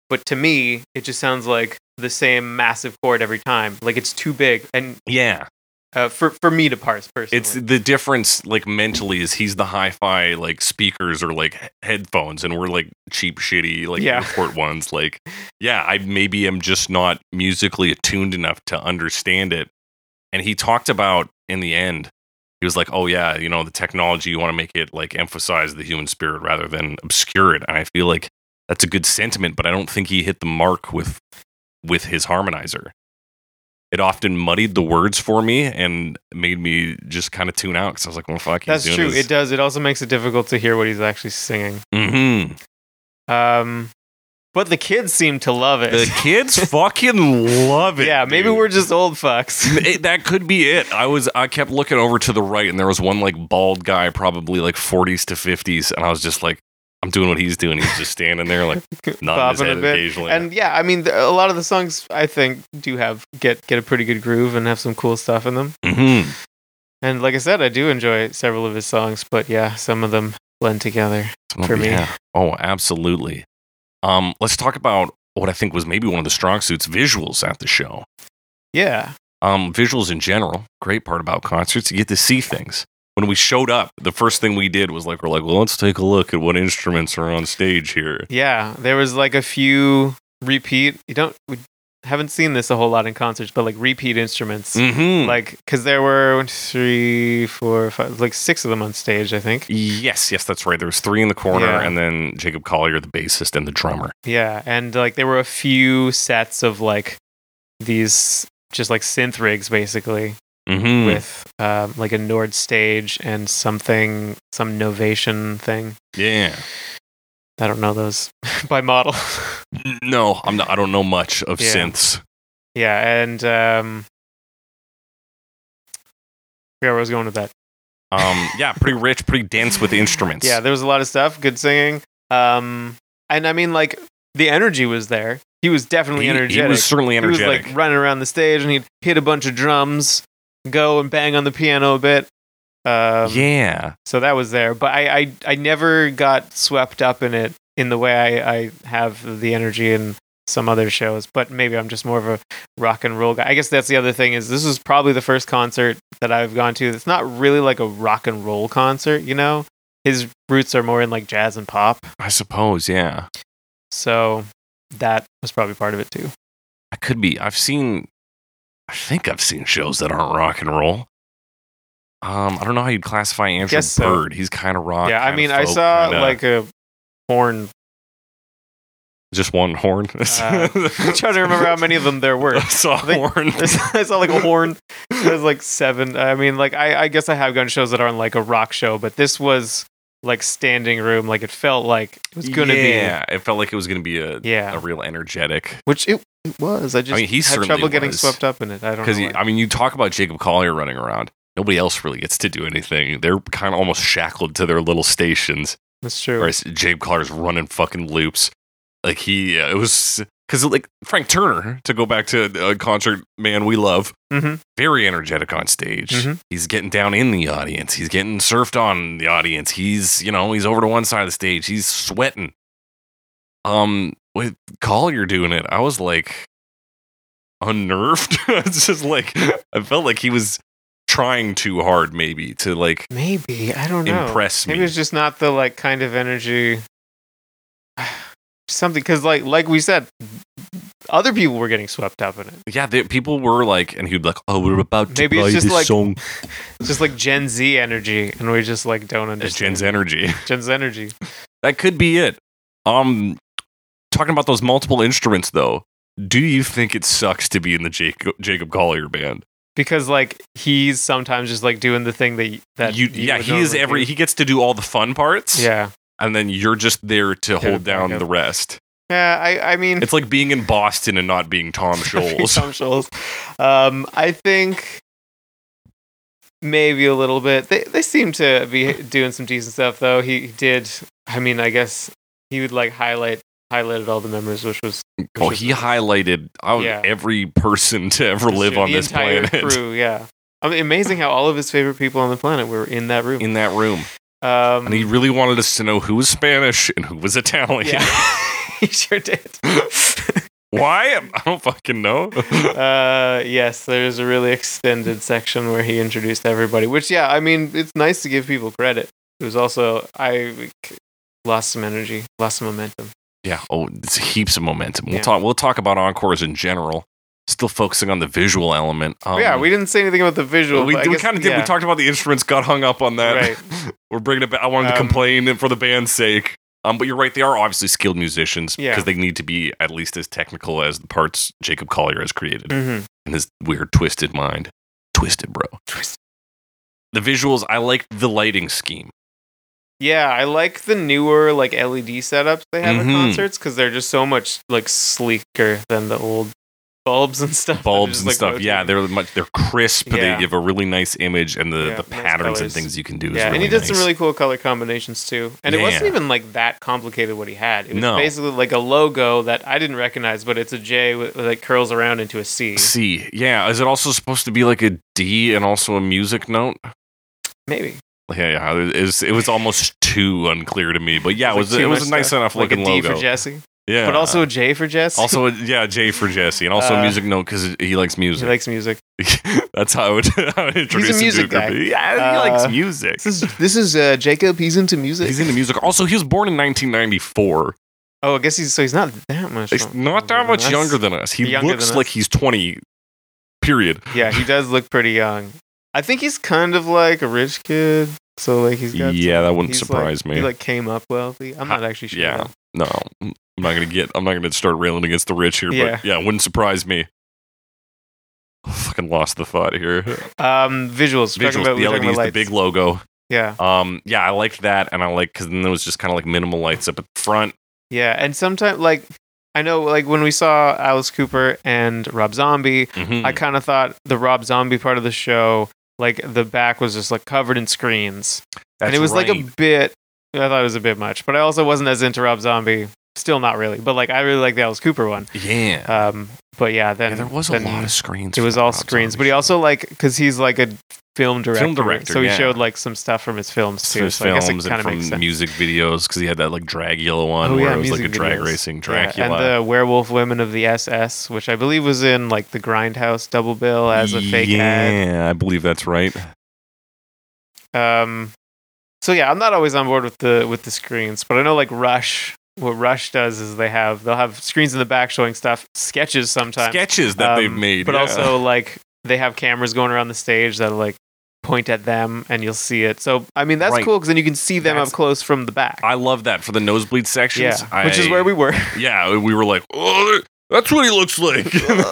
Speaker 2: but to me it just sounds like the same massive chord every time like it's too big and
Speaker 1: yeah
Speaker 2: uh, for for me to parse personally
Speaker 1: It's the difference, like mentally, is he's the hi-fi like speakers or like he- headphones, and we're like cheap, shitty like
Speaker 2: Yeah.
Speaker 1: airport ones. Like, yeah, I maybe am just not musically attuned enough to understand it. And he talked about in the end he was like, "Oh yeah, you know, the technology you want to make it like emphasize the human spirit rather than obscure it." And I feel like that's a good sentiment, but I don't think he hit the mark with with his harmonizer. It often muddied the words for me and made me just kind of tune out because I was like, "Well, fuck."
Speaker 2: That's true. It does. It also makes it difficult to hear what he's actually singing.
Speaker 1: mm-hmm.
Speaker 2: Um, but the kids seem to love it.
Speaker 1: The kids fucking love it.
Speaker 2: yeah, maybe
Speaker 1: dude.
Speaker 2: we're just old fucks.
Speaker 1: It- that could be it. I was I kept looking over to the right and there was one like bald guy probably like 40s to 50s and I was just like I'm doing what he's doing. He's just standing there like nodding his
Speaker 2: Bobbing a
Speaker 1: head
Speaker 2: bit.
Speaker 1: occasionally.
Speaker 2: and yeah, I mean, th- a lot of the songs I think do have get get a pretty good groove and have some cool stuff in them.
Speaker 1: Mhm.
Speaker 2: And like I said, I do enjoy several of his songs, but yeah, some of them blend together.
Speaker 1: Well,
Speaker 2: for me.
Speaker 1: Oh, absolutely. Um let's talk about what I think was maybe one of the strong suits visuals at the show.
Speaker 2: Yeah,
Speaker 1: um, visuals in general. Great part about concerts, you get to see things. When we showed up, the first thing we did was like, we're like, well, let's take a look at what instruments are on stage here.
Speaker 2: yeah. There was like a few repeat. You don't we haven't seen this a whole lot in concerts, but like repeat instruments,
Speaker 1: Mm-hmm.
Speaker 2: like because there were one, two, three, four, five, like six of them on stage. I think.
Speaker 1: yes, yes, that's right. There was three in the corner,
Speaker 2: Yeah.
Speaker 1: and then Jacob Collier, the bassist, and the drummer.
Speaker 2: Yeah, and like there were a few sets of like these just like synth rigs basically
Speaker 1: Mm-hmm.
Speaker 2: with um, like a Nord stage and something some Novation thing.
Speaker 1: yeah.
Speaker 2: I don't know those by model.
Speaker 1: No, I'm not. I don't know much of
Speaker 2: Yeah.
Speaker 1: synths.
Speaker 2: yeah, and um I forgot where I was going with that.
Speaker 1: Um, yeah, pretty rich, pretty dense with instruments.
Speaker 2: Yeah, there was a lot of stuff, good singing. Um and I mean like the energy was there. He was definitely
Speaker 1: he,
Speaker 2: energetic.
Speaker 1: he was certainly energetic.
Speaker 2: He was like running around the stage and he'd hit a bunch of drums, go and bang on the piano a bit. Um,
Speaker 1: yeah,
Speaker 2: So that was there. But I, I, I never got swept up in it in the way I, I have the energy in some other shows. But maybe I'm just more of a rock and roll guy. I guess that's the other thing is this was probably the first concert that I've gone to that's not really like a rock and roll concert, you know? His roots are more in like jazz and pop.
Speaker 1: I suppose. Yeah,
Speaker 2: So that was probably part of it too.
Speaker 1: I could be. I've seen. I think I've seen shows that aren't rock and roll. Um, I don't know how you'd classify Andrew
Speaker 2: Guess so.
Speaker 1: Bird. He's kind of rock.
Speaker 2: yeah, I
Speaker 1: kinda
Speaker 2: mean, I
Speaker 1: folk,
Speaker 2: saw
Speaker 1: kinda-
Speaker 2: like a horn
Speaker 1: just one horn.
Speaker 2: Uh, I'm trying to remember how many of them there were.
Speaker 1: I saw
Speaker 2: I think-
Speaker 1: horn.
Speaker 2: I saw like a horn. There's like seven. I mean, like I, I guess I have gone to shows that aren't like a rock show, but this was like standing room. Like it felt like it was gonna
Speaker 1: yeah, it felt like it was gonna be a
Speaker 2: be.
Speaker 1: a
Speaker 2: Yeah.
Speaker 1: real energetic
Speaker 2: Which it, it was. I just
Speaker 1: mean, he
Speaker 2: had
Speaker 1: certainly
Speaker 2: trouble getting
Speaker 1: was.
Speaker 2: swept up in it. I don't know.
Speaker 1: because
Speaker 2: why.
Speaker 1: I mean, you talk about Jacob Collier running around. Nobody else really gets to do anything. They're kind of almost shackled to their little stations.
Speaker 2: That's true.
Speaker 1: Whereas Jacob Collier's running fucking loops. Like he, uh, it was because like Frank Turner to go back to a concert man we love.
Speaker 2: Mhm.
Speaker 1: Very energetic on stage.
Speaker 2: Mhm.
Speaker 1: He's getting down in the audience. He's getting surfed on the audience. He's you know he's over to one side of the stage. He's sweating. Um, with Collier doing it, I was like unnerved. it's just like I felt like he was trying too hard, maybe to like
Speaker 2: Maybe I don't know.
Speaker 1: impress me.
Speaker 2: Maybe it's just not the like kind of energy. Something because like like we said, other people were getting swept up in it.
Speaker 1: Yeah, the, people were like, and he'd be like, "Oh, we're about to
Speaker 2: Maybe it's
Speaker 1: play
Speaker 2: just
Speaker 1: this
Speaker 2: like-
Speaker 1: song."
Speaker 2: It's just like Gen Z energy, and we just like don't
Speaker 1: It's
Speaker 2: understand.
Speaker 1: Jen's energy.
Speaker 2: Jen's energy.
Speaker 1: That could be it. Um, talking about those multiple instruments, though, do you think it sucks to be in the Jacob, Jacob Collier band?
Speaker 2: Because like he's sometimes just like doing the thing that y- that
Speaker 1: You-
Speaker 2: you
Speaker 1: yeah,
Speaker 2: would
Speaker 1: he is
Speaker 2: normally
Speaker 1: every. He gets to do all the fun parts,
Speaker 2: do. Yeah.
Speaker 1: and then you're just there to hold down
Speaker 2: backup.
Speaker 1: the rest.
Speaker 2: Yeah, I I mean
Speaker 1: It's like being in Boston and not being Tom Scholes.
Speaker 2: Tom Scholes. Um I think maybe a little bit. They they seem to be doing some decent stuff though. He did I mean, I guess he would like highlight highlighted all the members which was which
Speaker 1: oh,
Speaker 2: was
Speaker 1: he highlighted oh,
Speaker 2: Yeah.
Speaker 1: every person to ever live on
Speaker 2: the
Speaker 1: this
Speaker 2: entire
Speaker 1: planet
Speaker 2: Crew, yeah. I mean, amazing how all of his favorite people on the planet were in that room.
Speaker 1: in that room,
Speaker 2: um,
Speaker 1: and he really wanted us to know who was Spanish and who was Italian.
Speaker 2: yeah, he sure did.
Speaker 1: Why? I don't fucking know.
Speaker 2: uh, yes, there's a really extended section where he introduced everybody, which, yeah, I mean, it's nice to give people credit. It was also, I c- lost some energy, lost some momentum.
Speaker 1: yeah. Oh, it's heaps of momentum. We'll
Speaker 2: Yeah.
Speaker 1: talk. We'll talk about encores in general. still focusing on the visual element. Um,
Speaker 2: yeah, we didn't say anything about the visual.
Speaker 1: Well, we,
Speaker 2: but I
Speaker 1: we
Speaker 2: guess-
Speaker 1: kind of did.
Speaker 2: yeah.
Speaker 1: We talked about the instruments, got hung up on that. We're bringing it back. I wanted to
Speaker 2: Um,
Speaker 1: complain for the band's sake. Um, but you're right. They are obviously skilled musicians
Speaker 2: Yeah.
Speaker 1: because they need to be at least as technical as the parts Jacob Collier has created
Speaker 2: Mhm.
Speaker 1: in his weird, twisted mind. Twisted, bro. Twisted. The visuals, I like the lighting scheme.
Speaker 2: Yeah, I like the newer like LED setups they have
Speaker 1: Mhm.
Speaker 2: at concerts because they're just so much like sleeker than the old bulbs and stuff.
Speaker 1: bulbs
Speaker 2: Just,
Speaker 1: and
Speaker 2: like,
Speaker 1: stuff. Yeah,
Speaker 2: rotating.
Speaker 1: they're much they're crisp.
Speaker 2: Yeah.
Speaker 1: They give a really nice image, and the,
Speaker 2: Yeah,
Speaker 1: the
Speaker 2: nice
Speaker 1: patterns and
Speaker 2: colours.
Speaker 1: things you can do. Is
Speaker 2: yeah,
Speaker 1: really
Speaker 2: and he did some
Speaker 1: nice.
Speaker 2: really cool color combinations too. And it wasn't
Speaker 1: Yeah.
Speaker 2: even like that complicated what he had. It was
Speaker 1: No.
Speaker 2: basically like a logo that I didn't recognize, but it's a J with, that curls around into a C.
Speaker 1: C. Yeah, is it also supposed to be like a D and also a music note?
Speaker 2: Maybe
Speaker 1: Yeah, yeah. It is. It was almost too unclear to me, but yeah, it
Speaker 2: It's
Speaker 1: was
Speaker 2: like
Speaker 1: it
Speaker 2: too
Speaker 1: was
Speaker 2: much
Speaker 1: a nice
Speaker 2: stuff.
Speaker 1: enough
Speaker 2: like a
Speaker 1: looking
Speaker 2: D
Speaker 1: logo.
Speaker 2: for Jesse,
Speaker 1: yeah,
Speaker 2: but also a J for Jesse.
Speaker 1: also yeah, J for Jesse, and also a
Speaker 2: Uh,
Speaker 1: music note because he likes
Speaker 2: he
Speaker 1: music.
Speaker 2: likes music.
Speaker 1: That's how I would, how I would introduce him to
Speaker 2: music
Speaker 1: group.
Speaker 2: guy.
Speaker 1: Yeah, he
Speaker 2: Uh,
Speaker 1: likes music.
Speaker 2: This is this is uh, Jacob. He's into music.
Speaker 1: He's into music. Also, he was born in 1994.
Speaker 2: oh, I guess he's so he's not that much.
Speaker 1: He's not that much
Speaker 2: That's-
Speaker 1: younger than us. He
Speaker 2: Younger than
Speaker 1: looks
Speaker 2: us.
Speaker 1: like he's 20, period.
Speaker 2: Yeah, he does look pretty young. I think he's kind of like a rich kid. So like he's got.
Speaker 1: Yeah, that wouldn't
Speaker 2: he's, like-
Speaker 1: surprise me.
Speaker 2: He like came up wealthy. I'm not actually sure.
Speaker 1: yeah. no, I'm not going to get, I'm not going to start railing against the rich here,
Speaker 2: Yeah.
Speaker 1: but yeah, it wouldn't surprise me. Oh, fucking lost the thought here.
Speaker 2: Um, visuals. We're
Speaker 1: Visuals,
Speaker 2: talking about,
Speaker 1: the
Speaker 2: we're talking
Speaker 1: LEDs,
Speaker 2: about
Speaker 1: the big
Speaker 2: lights.
Speaker 1: logo.
Speaker 2: Yeah,
Speaker 1: Um, yeah, I liked that, and I like because then there was just kind of like minimal lights up at the front.
Speaker 2: yeah. And sometimes, like, I know, like when we saw Alice Cooper and Rob Zombie,
Speaker 1: Mhm.
Speaker 2: I kind of thought the Rob Zombie part of the show, like the back was just like covered in screens, and
Speaker 1: That's
Speaker 2: it was like
Speaker 1: right.
Speaker 2: a bit. I thought it was a bit much, but I also wasn't as into Rob Zombie. Still not really, but like I really like the Alice Cooper one.
Speaker 1: yeah.
Speaker 2: Um, but yeah, then
Speaker 1: yeah, there was a
Speaker 2: then
Speaker 1: lot of screens.
Speaker 2: It
Speaker 1: for
Speaker 2: was
Speaker 1: that
Speaker 2: all
Speaker 1: Rob
Speaker 2: screens,
Speaker 1: Zombie
Speaker 2: but he
Speaker 1: show.
Speaker 2: also like because he's like a film director.
Speaker 1: director,
Speaker 2: so he
Speaker 1: yeah.
Speaker 2: showed like some stuff from his films too.
Speaker 1: from his
Speaker 2: so I guess
Speaker 1: films
Speaker 2: it kind
Speaker 1: and
Speaker 2: of
Speaker 1: from
Speaker 2: makes sense.
Speaker 1: music videos because he had that like Dragula one
Speaker 2: Oh,
Speaker 1: where
Speaker 2: yeah,
Speaker 1: it was like a
Speaker 2: music
Speaker 1: drag
Speaker 2: videos.
Speaker 1: racing
Speaker 2: Yeah,
Speaker 1: Dracula.
Speaker 2: and the werewolf women of the SS, which I believe was in like the Grindhouse double bill as a fake
Speaker 1: yeah, I believe that's right.
Speaker 2: ad. Um, so yeah, I'm not always on board with the with the screens, but I know like Rush. What Rush does is they have they'll have screens in the back showing stuff, sketches sometimes,
Speaker 1: Sketches that they've
Speaker 2: Um,
Speaker 1: made,
Speaker 2: but
Speaker 1: yeah.
Speaker 2: also like they have cameras going around the stage that like point at them and you'll see it. So I mean that's
Speaker 1: Right.
Speaker 2: cool because then you can see them
Speaker 1: That's-
Speaker 2: up close from the back.
Speaker 1: I love that for the nosebleed
Speaker 2: yeah,
Speaker 1: sections.
Speaker 2: which is
Speaker 1: I-
Speaker 2: where we were.
Speaker 1: yeah we were like, oh, that's what he looks like.
Speaker 2: Uh.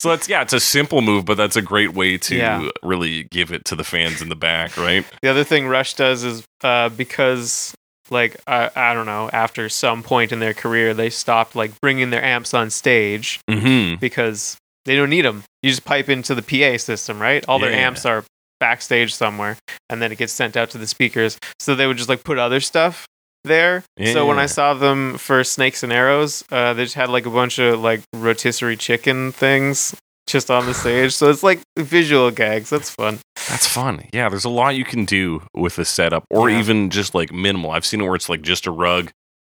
Speaker 1: so that's yeah, it's a simple move, but that's a great way to
Speaker 2: Yeah.
Speaker 1: really give it to the fans in the back, right?
Speaker 2: the other thing Rush does is uh, because like I, I don't know after some point in their career they stopped like bringing their amps on stage
Speaker 1: Mm-hmm.
Speaker 2: because they don't need them. You just pipe into the PA system, right? All their
Speaker 1: Yeah.
Speaker 2: amps are backstage somewhere, and then it gets sent out to the speakers. So they would just like put other stuff there. So when
Speaker 1: Yeah.
Speaker 2: I saw them for Snakes and Arrows, uh, they just had like a bunch of like rotisserie chicken things just on the stage. So it's like visual gags. That's fun.
Speaker 1: That's fun. Yeah, there's a lot you can do with a setup, or
Speaker 2: Yeah.
Speaker 1: even just like minimal. I've seen it where it's like just a rug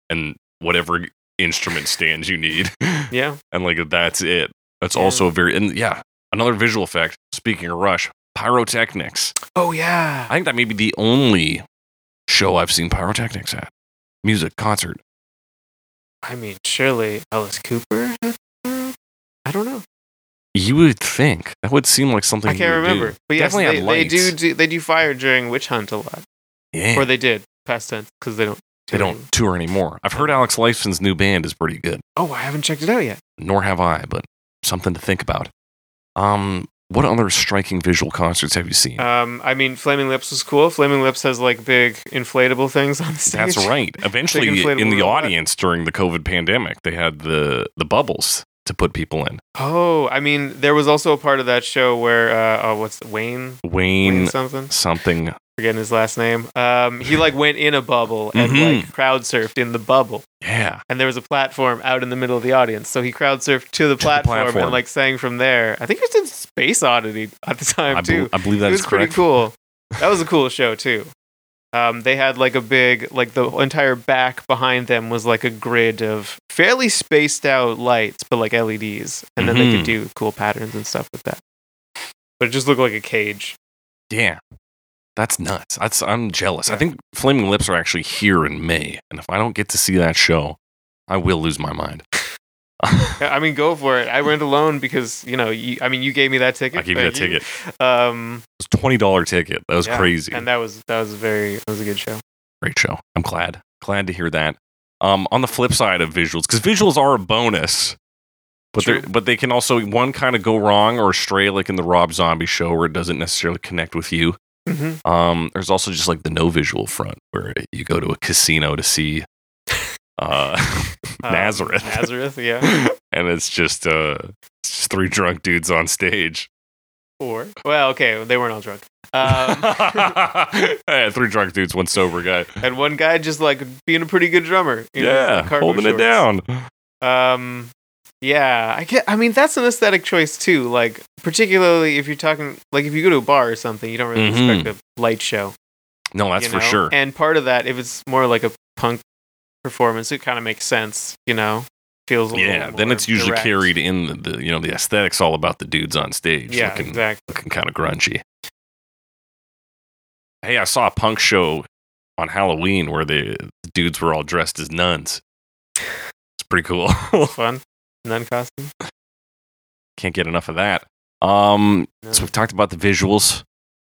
Speaker 1: and whatever instrument stands you need,
Speaker 2: Yeah.
Speaker 1: and like that's it. That's
Speaker 2: Yeah.
Speaker 1: also a very and yeah, another visual effect. Speaking of Rush, pyrotechnics.
Speaker 2: Oh yeah.
Speaker 1: I think that may be the only show I've seen pyrotechnics at. Music concert.
Speaker 2: I mean, surely Alice Cooper. had- I don't know.
Speaker 1: You would think that would seem like something
Speaker 2: I
Speaker 1: you
Speaker 2: can't
Speaker 1: would do.
Speaker 2: remember. But yes,
Speaker 1: Definitely
Speaker 2: they,
Speaker 1: had
Speaker 2: they do,
Speaker 1: lights.
Speaker 2: do. They do fire during Witch Hunt a lot,
Speaker 1: Yeah,
Speaker 2: or they did past tense because they don't.
Speaker 1: they don't tour anymore. I've heard Alex Lifeson's new band is pretty good.
Speaker 2: Oh, I haven't checked it out yet.
Speaker 1: nor have I, but something to think about. Um, what other striking visual concerts have you seen?
Speaker 2: Um, I mean, Flaming Lips was cool. Flaming Lips has like big inflatable things on the stage.
Speaker 1: That's right. Eventually,
Speaker 2: inflatable
Speaker 1: in the
Speaker 2: robot.
Speaker 1: audience during the COVID pandemic, they had the the bubbles to put people in.
Speaker 2: Oh, I mean, there was also a part of that show where uh, oh, what's Wayne?
Speaker 1: Wayne
Speaker 2: Wayne something.
Speaker 1: something.
Speaker 2: Forgetting his last name. Um, he like went in a bubble and
Speaker 1: Mhm.
Speaker 2: like crowd surfed in the bubble.
Speaker 1: Yeah,
Speaker 2: and there was a platform out in the middle of the audience. So he crowd surfed to the platform,
Speaker 1: platform.
Speaker 2: and like sang from there. I think he was in Space Oddity at the time
Speaker 1: I, bel-
Speaker 2: too.
Speaker 1: I believe
Speaker 2: it
Speaker 1: that
Speaker 2: was
Speaker 1: is
Speaker 2: pretty
Speaker 1: correct.
Speaker 2: cool. That was a cool show too. Um, they had like a big, like the entire back behind them was like a grid of fairly spaced out lights, but like LEDs, and then they
Speaker 1: Mhm.
Speaker 2: could do cool patterns and stuff with that. But it just looked like a cage.
Speaker 1: Yeah, that's nuts. That's I'm jealous. I
Speaker 2: Yeah.
Speaker 1: think Flaming Lips are actually here in May, and if I don't get to see that show, I will lose my mind.
Speaker 2: I mean, go for it. I went alone because you know, you, I mean, you gave me that ticket.
Speaker 1: I gave you that
Speaker 2: Thank
Speaker 1: ticket. It
Speaker 2: Um,
Speaker 1: was a twenty dollar ticket. That was
Speaker 2: yeah,
Speaker 1: crazy.
Speaker 2: and that was that was a very that was a good show.
Speaker 1: Great show. I'm glad. Glad to hear that. Um, on the flip side of visuals, because visuals are a bonus, but they
Speaker 2: True.
Speaker 1: but they can also one kind of go wrong or stray, like in the Rob Zombie show, where it doesn't necessarily connect with you.
Speaker 2: Mm-hmm.
Speaker 1: Um, there's also just like the no visual front, where you go to a casino to see uh, Nazareth,
Speaker 2: Um, Nazareth, yeah.
Speaker 1: and it's just uh, it's just three drunk dudes on stage.
Speaker 2: Or well, okay, they weren't all drunk. Um,
Speaker 1: yeah, three drunk dudes, one sober guy.
Speaker 2: and one guy just like being a pretty good drummer. you know,
Speaker 1: Yeah,
Speaker 2: in cargo
Speaker 1: holding it
Speaker 2: shorts.
Speaker 1: down.
Speaker 2: Um, yeah, I get. I mean, that's an aesthetic choice too. Like, particularly if you're talking, like, if you go to a bar or something, you don't really
Speaker 1: Mhm.
Speaker 2: expect a light show.
Speaker 1: No, that's
Speaker 2: you
Speaker 1: for
Speaker 2: know?
Speaker 1: sure.
Speaker 2: And part of that, if it's more like a punk performance, it kind of makes sense. You know, feels a
Speaker 1: yeah
Speaker 2: Little
Speaker 1: then
Speaker 2: more
Speaker 1: it's usually
Speaker 2: direct.
Speaker 1: carried in the, the you know the aesthetics all about the dudes on stage
Speaker 2: Yeah,
Speaker 1: looking,
Speaker 2: exactly.
Speaker 1: looking kind of grungy hey i saw a punk show on halloween where the dudes were all dressed as nuns it's pretty cool
Speaker 2: Fun. None costume.
Speaker 1: can't get enough of that um
Speaker 2: No.
Speaker 1: so we've talked about the visuals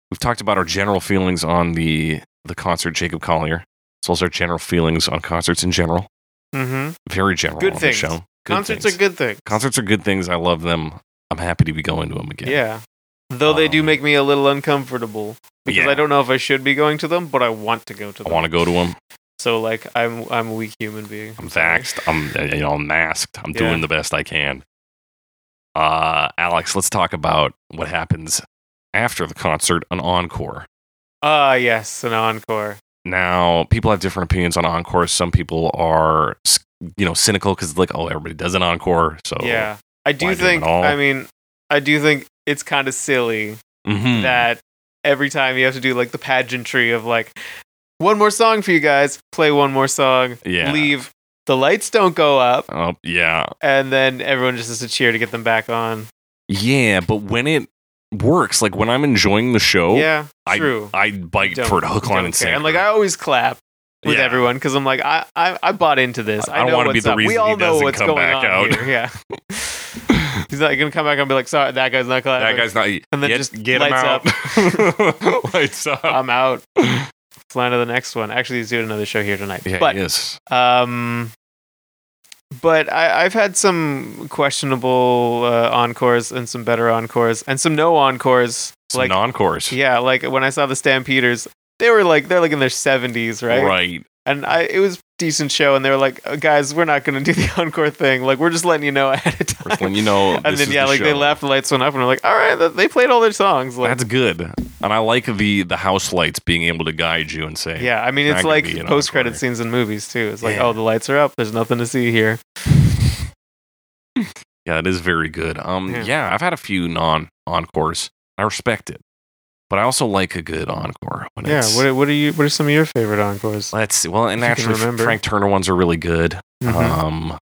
Speaker 1: we've talked about our general feelings on the the concert jacob collier as well as our general feelings on concerts in general
Speaker 2: Mm-hmm.
Speaker 1: very general
Speaker 2: Good
Speaker 1: on
Speaker 2: things.
Speaker 1: the show Good
Speaker 2: Concerts
Speaker 1: things.
Speaker 2: are good things.
Speaker 1: concerts are good things i love them i'm happy to be going to them again
Speaker 2: Yeah. Though they do
Speaker 1: Um,
Speaker 2: make me a little uncomfortable because
Speaker 1: yeah.
Speaker 2: I don't know if I should be going to them, but I want to go to
Speaker 1: I
Speaker 2: them.
Speaker 1: want to go to them.
Speaker 2: So like I'm I'm a weak human being.
Speaker 1: I'm vaxxed. I'm uh, you know I'm masked. I'm
Speaker 2: Yeah.
Speaker 1: doing the best I can. Uh, Alex, let's talk about what happens after the concert, an encore.
Speaker 2: Ah yes, an encore.
Speaker 1: Now, people have different opinions on encore. Some people are, s- you know, cynical because like, oh, everybody does an encore, so
Speaker 2: yeah, I
Speaker 1: why
Speaker 2: do
Speaker 1: do them
Speaker 2: think.
Speaker 1: at all?
Speaker 2: I mean, I do think it's kind of silly
Speaker 1: Mhm.
Speaker 2: that every time you have to do like the pageantry of like one more song for you guys, play one more song,
Speaker 1: yeah,
Speaker 2: leave. The lights don't go up,
Speaker 1: oh yeah,
Speaker 2: and then everyone just has to cheer to get them back on.
Speaker 1: yeah. But when it works, like when I'm enjoying the show,
Speaker 2: yeah,
Speaker 1: Oh, I-
Speaker 2: true.
Speaker 1: I bite
Speaker 2: Don't-
Speaker 1: for it hook, line,
Speaker 2: don't
Speaker 1: and
Speaker 2: care.
Speaker 1: sinker.
Speaker 2: like I always clap with
Speaker 1: Yeah.
Speaker 2: everyone because I'm like I, I I bought into this.
Speaker 1: I- I
Speaker 2: I,
Speaker 1: don't
Speaker 2: know
Speaker 1: wanna be
Speaker 2: what's
Speaker 1: the
Speaker 2: up. We
Speaker 1: reason
Speaker 2: all
Speaker 1: he
Speaker 2: know
Speaker 1: doesn't
Speaker 2: what's
Speaker 1: come
Speaker 2: going
Speaker 1: back
Speaker 2: on
Speaker 1: out.
Speaker 2: here. Yeah. He's not gonna come back and be like, sorry, that guy's not clapping.
Speaker 1: that guy's not.
Speaker 2: And then
Speaker 1: get,
Speaker 2: just
Speaker 1: get him
Speaker 2: lights
Speaker 1: out. lights up.
Speaker 2: I'm out. Flying to the next one. Actually, he's doing another show here tonight.
Speaker 1: yeah,
Speaker 2: but
Speaker 1: yes.
Speaker 2: um, but I, I've had some questionable uh, encores and some better encores and some no encores.
Speaker 1: Some
Speaker 2: like
Speaker 1: non-chorus.
Speaker 2: yeah, like when I saw the Stampeders, they were like they're like in their seventies, right? and I it was decent show, and they were like, "Uh, "Guys, we're not going to do the encore thing. Like, we're just letting you know ahead of time."
Speaker 1: First one, you know.
Speaker 2: and
Speaker 1: this
Speaker 2: then
Speaker 1: is
Speaker 2: yeah,
Speaker 1: the
Speaker 2: like they
Speaker 1: show.
Speaker 2: left, the lights went up, and they're like, "All right, th- they played all their songs." Like,
Speaker 1: That's good, and I like the the house lights being able to guide you and say,
Speaker 2: yeah, I mean,
Speaker 1: That
Speaker 2: it's
Speaker 1: could
Speaker 2: like
Speaker 1: be an
Speaker 2: post credit
Speaker 1: encore.
Speaker 2: scenes in movies too. It's like,
Speaker 1: Yeah.
Speaker 2: "Oh, the lights are up. There's nothing to see here."
Speaker 1: yeah, that is very good." Um,
Speaker 2: Yeah.
Speaker 1: yeah, I've had a few non encores. I respect it, but I also like a good encore. When
Speaker 2: Yeah.
Speaker 1: it's,
Speaker 2: What What are you? What are some of your favorite encores?
Speaker 1: let's see. Well, and
Speaker 2: If you can
Speaker 1: actually,
Speaker 2: remember.
Speaker 1: Frank Turner ones are really good.
Speaker 2: Mhm.
Speaker 1: Um,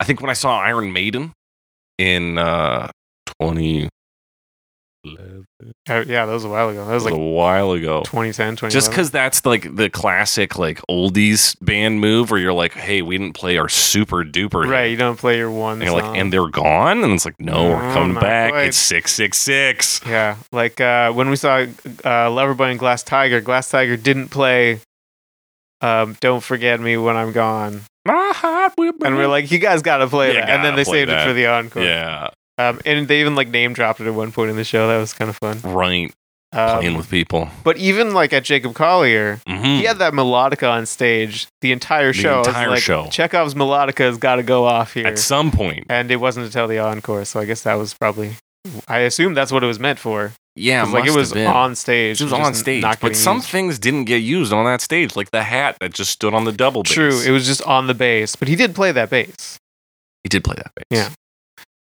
Speaker 1: I think when I saw Iron Maiden in uh 2011,
Speaker 2: Uh, yeah, that was a while ago. That was like
Speaker 1: a while ago.
Speaker 2: 2010, 2011.
Speaker 1: Just because that's like the classic like oldies band move where you're like, hey, we didn't play our super duper, hit.
Speaker 2: right, Ah, you don't play your one.
Speaker 1: And you're like,
Speaker 2: song.
Speaker 1: and they're gone, and it's like, no,
Speaker 2: No,
Speaker 1: we're coming
Speaker 2: not
Speaker 1: back.
Speaker 2: quite.
Speaker 1: It's six six six.
Speaker 2: Yeah, like uh, when we saw uh, Loverboy and Glass Tiger, Glass Tiger didn't play um, "Don't Forget Me When I'm Gone,"
Speaker 1: My heart will
Speaker 2: and we're like, "You guys gotta play
Speaker 1: Mm-hmm. You
Speaker 2: that." And then
Speaker 1: gotta
Speaker 2: they
Speaker 1: play
Speaker 2: saved it
Speaker 1: that.
Speaker 2: for the encore.
Speaker 1: yeah,
Speaker 2: Um, and they even like name dropped it at one point in the show. That was kind of fun.
Speaker 1: right, playing
Speaker 2: Um,
Speaker 1: with people.
Speaker 2: but even like at Jacob Collier,
Speaker 1: Mhm.
Speaker 2: he had that melodica on stage the
Speaker 1: The
Speaker 2: entire show. I was
Speaker 1: entire
Speaker 2: like,
Speaker 1: show.
Speaker 2: Chekhov's melodica has got to go off here,
Speaker 1: At some point,
Speaker 2: and it wasn't until the encore. So I guess that was probably. I assume that's what it was meant for.
Speaker 1: yeah,
Speaker 2: 'Cause, like it
Speaker 1: must
Speaker 2: was
Speaker 1: have been.
Speaker 2: on stage.
Speaker 1: It was
Speaker 2: just
Speaker 1: on
Speaker 2: n-
Speaker 1: stage,
Speaker 2: not
Speaker 1: but
Speaker 2: getting
Speaker 1: some
Speaker 2: used.
Speaker 1: things didn't get used on that stage, like the hat that just stood on the double. Bass.
Speaker 2: True, it was just on the bass, but he did play that bass.
Speaker 1: he did play that bass.
Speaker 2: Yeah.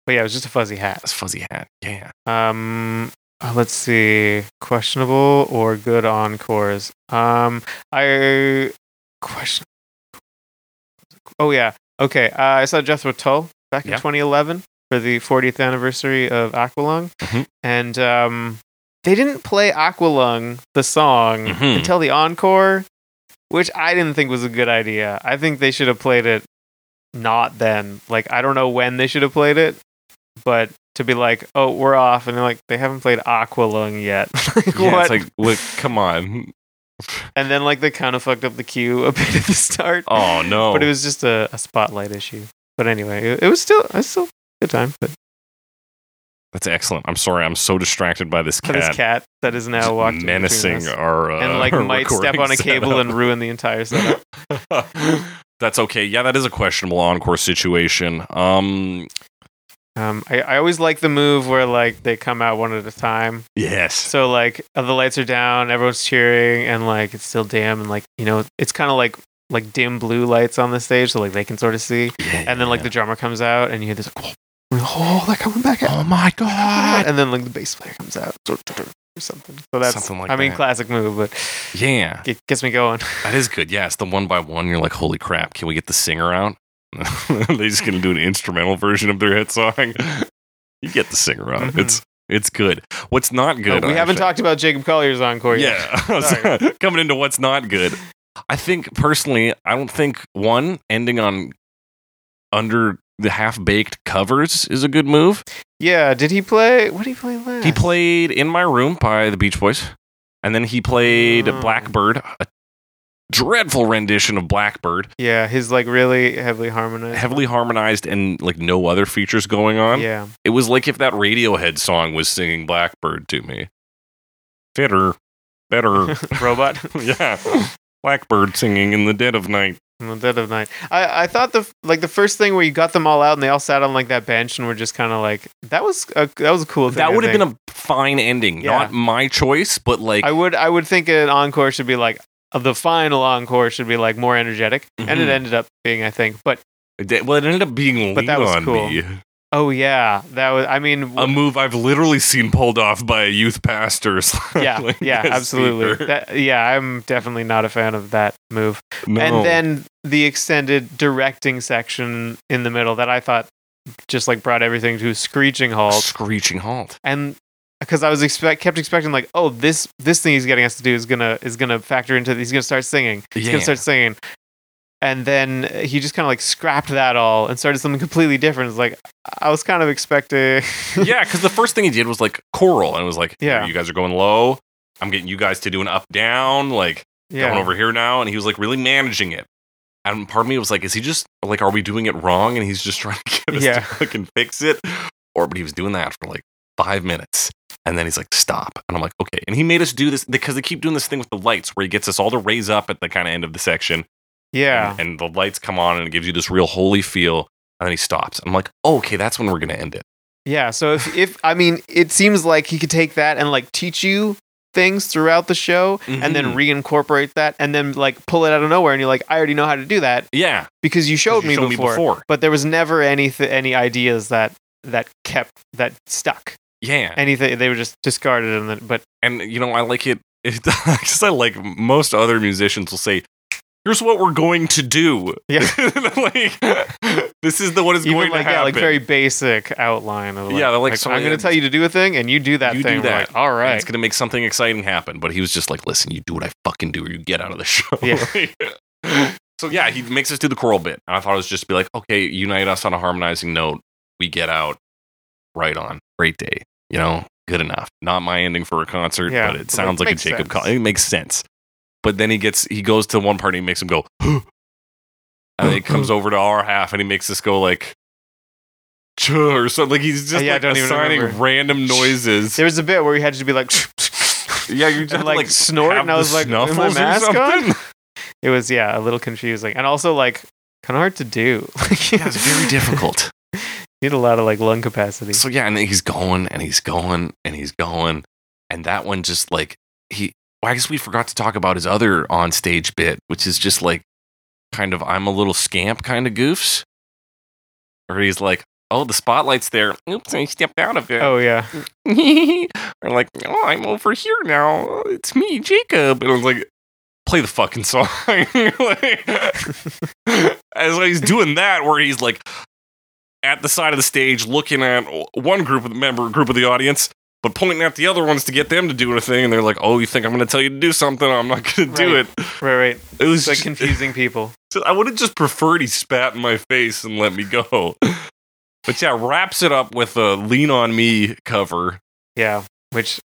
Speaker 2: But yeah, it was just a fuzzy hat.
Speaker 1: that's fuzzy hat. Yeah,
Speaker 2: Um, uh, let's see, questionable or good encores. Um, I question. Oh yeah, okay. Uh, I saw Jethro Tull back in
Speaker 1: Yeah.
Speaker 2: 2011 for the 40th anniversary of Aqualung,
Speaker 1: Mhm.
Speaker 2: and um, they didn't play Aqualung the song
Speaker 1: Mhm.
Speaker 2: until the encore, which I didn't think was a good idea. I think they should have played it not then. Like I don't know when they should have played it, but to be like, oh, we're off, and they're like, they haven't played Aqualung yet. like,
Speaker 1: Yeah,
Speaker 2: what?
Speaker 1: it's like, look, come on.
Speaker 2: and then like they kind of fucked up the queue a bit at the start.
Speaker 1: Oh no.
Speaker 2: But it was just a, a spotlight issue. But anyway, it, it was still I still good time. But
Speaker 1: That's excellent. I'm sorry. I'm so distracted by this
Speaker 2: for
Speaker 1: cat.
Speaker 2: this cat that is now walked in between
Speaker 1: menacing
Speaker 2: us
Speaker 1: our uh,
Speaker 2: and like
Speaker 1: our
Speaker 2: might step
Speaker 1: recording
Speaker 2: on a cable
Speaker 1: setup.
Speaker 2: and ruin the entire setup.
Speaker 1: That's okay. Yeah, that is a questionable encore situation. Um,
Speaker 2: Um, I, I always like the move where like they come out one at a time.
Speaker 1: yes.
Speaker 2: So like uh, the lights are down, everyone's cheering, and like it's still dim, and like you know it's kind of like like dim blue lights on the stage, so like they can sort of see. And then like the drummer comes out, and you hear this like, oh, they're coming back out,
Speaker 1: oh my god.
Speaker 2: and then like the bass player comes out or something. So that's
Speaker 1: Something like
Speaker 2: I mean
Speaker 1: that.
Speaker 2: classic move, but
Speaker 1: Yeah,
Speaker 2: it gets me going.
Speaker 1: that is good. Yeah, it's the one by one. You're like, holy crap! Can we get the singer out? They're just gonna do an instrumental version of their hit song. you get the singer out.
Speaker 2: Mhm.
Speaker 1: It's it's good. What's not good?
Speaker 2: Oh, we haven't
Speaker 1: actually-
Speaker 2: talked about Jacob Collier's encore yet.
Speaker 1: Yeah.
Speaker 2: Sorry.
Speaker 1: Coming into what's not good. I think personally, I don't think one ending on under the half baked covers is a good move.
Speaker 2: Yeah, did he play? What did he play last?
Speaker 1: He played In My Room by the Beach Boys, and then he played
Speaker 2: Oh.
Speaker 1: Blackbird, a dreadful rendition of Blackbird,
Speaker 2: Yeah, his like really heavily harmonized.
Speaker 1: heavily harmonized and like no other features going on.
Speaker 2: Yeah.
Speaker 1: It was like if that Radiohead song was singing Blackbird to me. Fitter, better.
Speaker 2: Robot.
Speaker 1: yeah. Blackbird singing in the dead of night.
Speaker 2: In the dead of night. I, I thought the f- like the first thing where you got them all out and they all sat on like that bench and were just kind of like that was a, that was a cool thing.
Speaker 1: That
Speaker 2: I
Speaker 1: would have
Speaker 2: think.
Speaker 1: been a fine ending.
Speaker 2: Yeah.
Speaker 1: Not my choice, but like
Speaker 2: I would I would think an encore should be like of the final encore should be like more energetic and it
Speaker 1: Mhm.
Speaker 2: ended up being I think. But
Speaker 1: it- well, it ended up being
Speaker 2: But
Speaker 1: lean
Speaker 2: that was
Speaker 1: on
Speaker 2: cool.
Speaker 1: me.
Speaker 2: oh yeah, that was I mean
Speaker 1: A move I've literally seen pulled off by a youth pastor. slash
Speaker 2: yeah,
Speaker 1: like
Speaker 2: yeah,
Speaker 1: a
Speaker 2: absolutely.
Speaker 1: speaker.
Speaker 2: That, yeah, I'm definitely not a fan of that move.
Speaker 1: No.
Speaker 2: and then the extended directing section in the middle that I thought just like brought everything to a screeching halt.
Speaker 1: screeching halt.
Speaker 2: And because I was expect kept expecting like, oh, this this thing he's getting us to do is gonna is gonna factor into he's gonna start singing. He's
Speaker 1: Yeah.
Speaker 2: gonna start singing. And then he just kind of like scrapped that all and started something completely different. It's like I was kind of expecting.
Speaker 1: yeah, because the first thing he did was like choral, and it was like,
Speaker 2: Yeah.
Speaker 1: yeah, you guys are going low. I'm getting you guys to do an up down, like
Speaker 2: yeah.
Speaker 1: going over here now. And he was like really managing it. And part of me was like, is he just like, are we doing it wrong? And he's just trying to get us
Speaker 2: Yeah.
Speaker 1: to fucking fix it. Or, but he was doing that for like five minutes. And then he's like, stop. And I'm like, okay. And he made us do this because they keep doing this thing with the lights where he gets us all to raise up at the kind of end of the section.
Speaker 2: Yeah.
Speaker 1: And, and the lights come on and it gives you this real holy feel. And then he stops. I'm like, oh, okay, that's when we're going to end it.
Speaker 2: Yeah, so if if I mean, it seems like he could take that and like teach you things throughout the show and then
Speaker 1: Mhm.
Speaker 2: reincorporate that and then like pull it out of nowhere and you're like, I already know how to do that
Speaker 1: Yeah. 'cause
Speaker 2: because you showed,
Speaker 1: you
Speaker 2: me, before.
Speaker 1: before.
Speaker 2: But there was never any any ideas that that kept that stuck.
Speaker 1: Yeah.
Speaker 2: Anything they were just discarded and then but
Speaker 1: and you know i like it because i like most other musicians will say here's what we're going to do
Speaker 2: Yeah.
Speaker 1: like this is the what is
Speaker 2: even
Speaker 1: going
Speaker 2: like
Speaker 1: to happen
Speaker 2: yeah, like very basic outline of like,
Speaker 1: Yeah, they're like, so
Speaker 2: I'm
Speaker 1: yeah,
Speaker 2: going to tell you to do a thing and you do that
Speaker 1: you do
Speaker 2: thing. We're
Speaker 1: that.
Speaker 2: Like, All
Speaker 1: And
Speaker 2: right.
Speaker 1: it's going to make something exciting happen but he was just like listen you do what i fucking do or you get out of the show yeah. so yeah he makes us do the choral bit and i thought it was just be like okay unite us on a harmonizing note we get out right on great day you know good enough not my ending for a concert
Speaker 2: Yeah,
Speaker 1: but it
Speaker 2: but
Speaker 1: sounds
Speaker 2: it
Speaker 1: like a
Speaker 2: makes
Speaker 1: jacob
Speaker 2: sense.
Speaker 1: Col- it makes sense but then he gets he goes to one party and makes him go and then he comes over to our half and he makes us go like "Chuh," or something like he's just
Speaker 2: Yeah, I
Speaker 1: like
Speaker 2: don't even
Speaker 1: assigning
Speaker 2: remember.
Speaker 1: random noises
Speaker 2: There was a bit where you had to be like
Speaker 1: yeah, you
Speaker 2: and like, snort,
Speaker 1: have
Speaker 2: and I was
Speaker 1: the
Speaker 2: like, "Am I
Speaker 1: snuffles or
Speaker 2: mask
Speaker 1: something?"
Speaker 2: on?" It was yeah, a little confusing, and also like kind of hard to do. Like,
Speaker 1: Yeah, it's very difficult.
Speaker 2: Need a lot of like lung capacity.
Speaker 1: so yeah, and then he's going and he's going and he's going, and that one just like he. Well, I guess we forgot to talk about his other onstage bit, which is just like kind of I'm a little scamp kind of goofs, where he's like, "Oh, the spotlight's there. Oops, I stepped out of it."
Speaker 2: Oh yeah,
Speaker 1: or like, "Oh, I'm over here now. It's me, Jacob." And I was like, "Play the fucking song." like, And so he's doing that where he's like at the side of the stage looking at one group of the member group of the audience but pointing at the other ones to get them to do a thing. And they're like, oh, you think I'm going to tell you to do something? I'm not going to do
Speaker 2: Right.
Speaker 1: it.
Speaker 2: Right, right.
Speaker 1: It was
Speaker 2: It's like
Speaker 1: just-
Speaker 2: confusing people.
Speaker 1: so I would have just preferred he spat in my face and let me go. But yeah, wraps it up with a lean on me cover.
Speaker 2: Yeah, which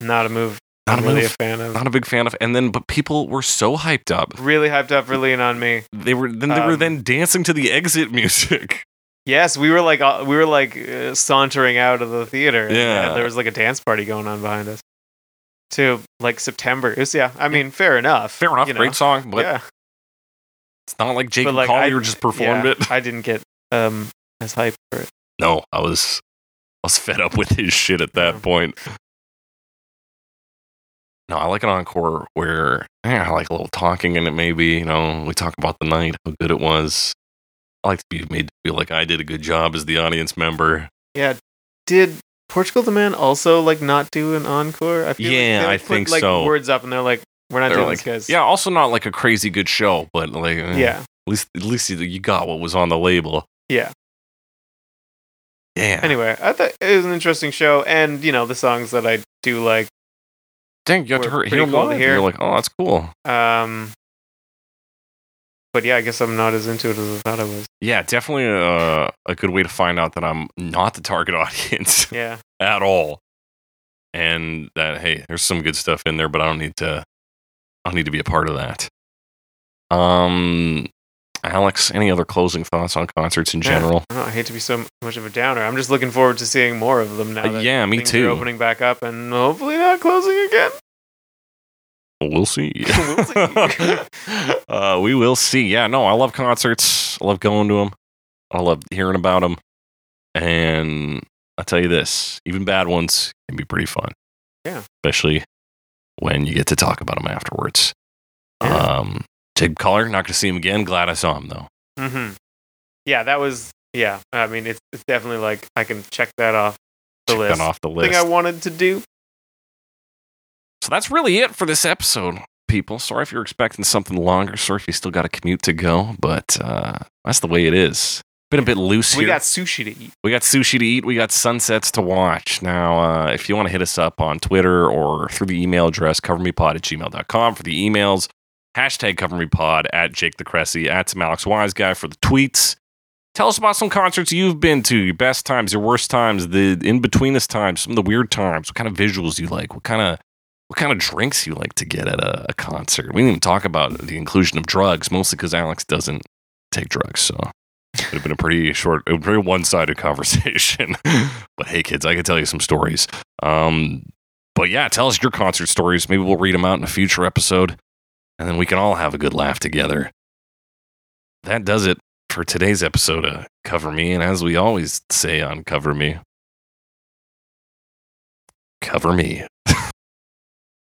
Speaker 2: not a move.
Speaker 1: Not
Speaker 2: I'm
Speaker 1: a
Speaker 2: really
Speaker 1: move.
Speaker 2: a fan of.
Speaker 1: Not a big fan of. And then, but people were so hyped up.
Speaker 2: Really hyped up for Lean on Me.
Speaker 1: They were then they were
Speaker 2: Um,
Speaker 1: then dancing to the exit music.
Speaker 2: Yes, we were like uh, we were like uh, sauntering out of the theater. and, uh,
Speaker 1: Yeah.
Speaker 2: there was like a dance party going on behind us. To like September. It was, yeah, I mean, fair enough.
Speaker 1: Fair enough,
Speaker 2: you know.
Speaker 1: great song, but
Speaker 2: yeah,
Speaker 1: it's not like Jake
Speaker 2: but like
Speaker 1: Collier
Speaker 2: I-
Speaker 1: just performed
Speaker 2: yeah,
Speaker 1: it.
Speaker 2: I didn't get um as hyped for it.
Speaker 1: No, I was I was fed up with his shit at that
Speaker 2: Yeah.
Speaker 1: point. No, I like an encore where yeah, I like a little talking in it. Maybe you know we talk about the night, how good it was. I like to be made to feel like I did a good job as the audience member.
Speaker 2: Did Portugal the Man also like not do an encore? I feel
Speaker 1: Yeah,
Speaker 2: like they,
Speaker 1: I
Speaker 2: like, put,
Speaker 1: think
Speaker 2: like,
Speaker 1: so.
Speaker 2: Words up, and they're like, "We're not
Speaker 1: They're
Speaker 2: doing
Speaker 1: like,
Speaker 2: this, guys."
Speaker 1: Yeah, also not like a crazy good show, but like eh,
Speaker 2: yeah,
Speaker 1: at least at least you- you got what was on the label.
Speaker 2: yeah.
Speaker 1: Yeah,
Speaker 2: Anyway, I thought it was an interesting show, and you know the songs that I do like.
Speaker 1: dang, you got to hear,
Speaker 2: we're
Speaker 1: hear
Speaker 2: pretty cool to
Speaker 1: live. and
Speaker 2: hear.
Speaker 1: You're like, oh, that's cool.
Speaker 2: Um, but yeah, I guess I'm not as into it as I thought I was.
Speaker 1: Yeah, definitely a, a good way to find out that I'm not the target audience.
Speaker 2: Yeah,
Speaker 1: at all. And that hey, there's some good stuff in there, but I don't need to I don't need to be a part of that. Um Alex, any other closing thoughts on concerts in
Speaker 2: Yeah.
Speaker 1: general?
Speaker 2: I, don't know, I hate to be so much of a downer. I'm just looking forward to seeing more of them now.
Speaker 1: Uh,
Speaker 2: that
Speaker 1: yeah, me
Speaker 2: things are
Speaker 1: too.
Speaker 2: opening back up, and hopefully not closing again.
Speaker 1: We'll see.
Speaker 2: We'll see.
Speaker 1: uh, we will see. Yeah, no, I love concerts. I love going to them. I love hearing about them. And I'll tell you this, even bad ones can be pretty fun.
Speaker 2: Yeah.
Speaker 1: Especially when you get to talk about them afterwards.
Speaker 2: Yeah.
Speaker 1: Um, Jake Collar, not going to see him again. Glad I saw him, though.
Speaker 2: hmm Yeah, that was. Yeah, I mean, it's, it's definitely like I can check that off the
Speaker 1: Check that
Speaker 2: list.
Speaker 1: off the
Speaker 2: Thing
Speaker 1: list.
Speaker 2: I wanted to do.
Speaker 1: So that's really it for this episode, people. Sorry if you're expecting something longer. Sorry if you still got a commute to go, but uh, that's the way it is. Been a bit loose
Speaker 2: We
Speaker 1: here.
Speaker 2: got sushi to eat.
Speaker 1: we got sushi to eat. We got sunsets to watch. Now, uh, if you want to hit us up on Twitter or through the email address, covermepod at gmail.com for the emails, hashtag covermepod at Jake the Cressy, at some Alex Wise Guy for the tweets. Tell us about some concerts you've been to, your best times, your worst times, the in betweenest times, some of the weird times, what kind of visuals you like, what kind of what kind of drinks you like to get at a, a concert. We didn't even talk about the inclusion of drugs, mostly because Alex doesn't take drugs, so it would have been a pretty short, a very one-sided conversation. but hey, kids, I could tell you some stories. Um, but yeah, tell us your concert stories. Maybe we'll read them out in a future episode, and then we can all have a good laugh together. That does it for today's episode of Cover Me. And as we always say on Cover Me, cover me.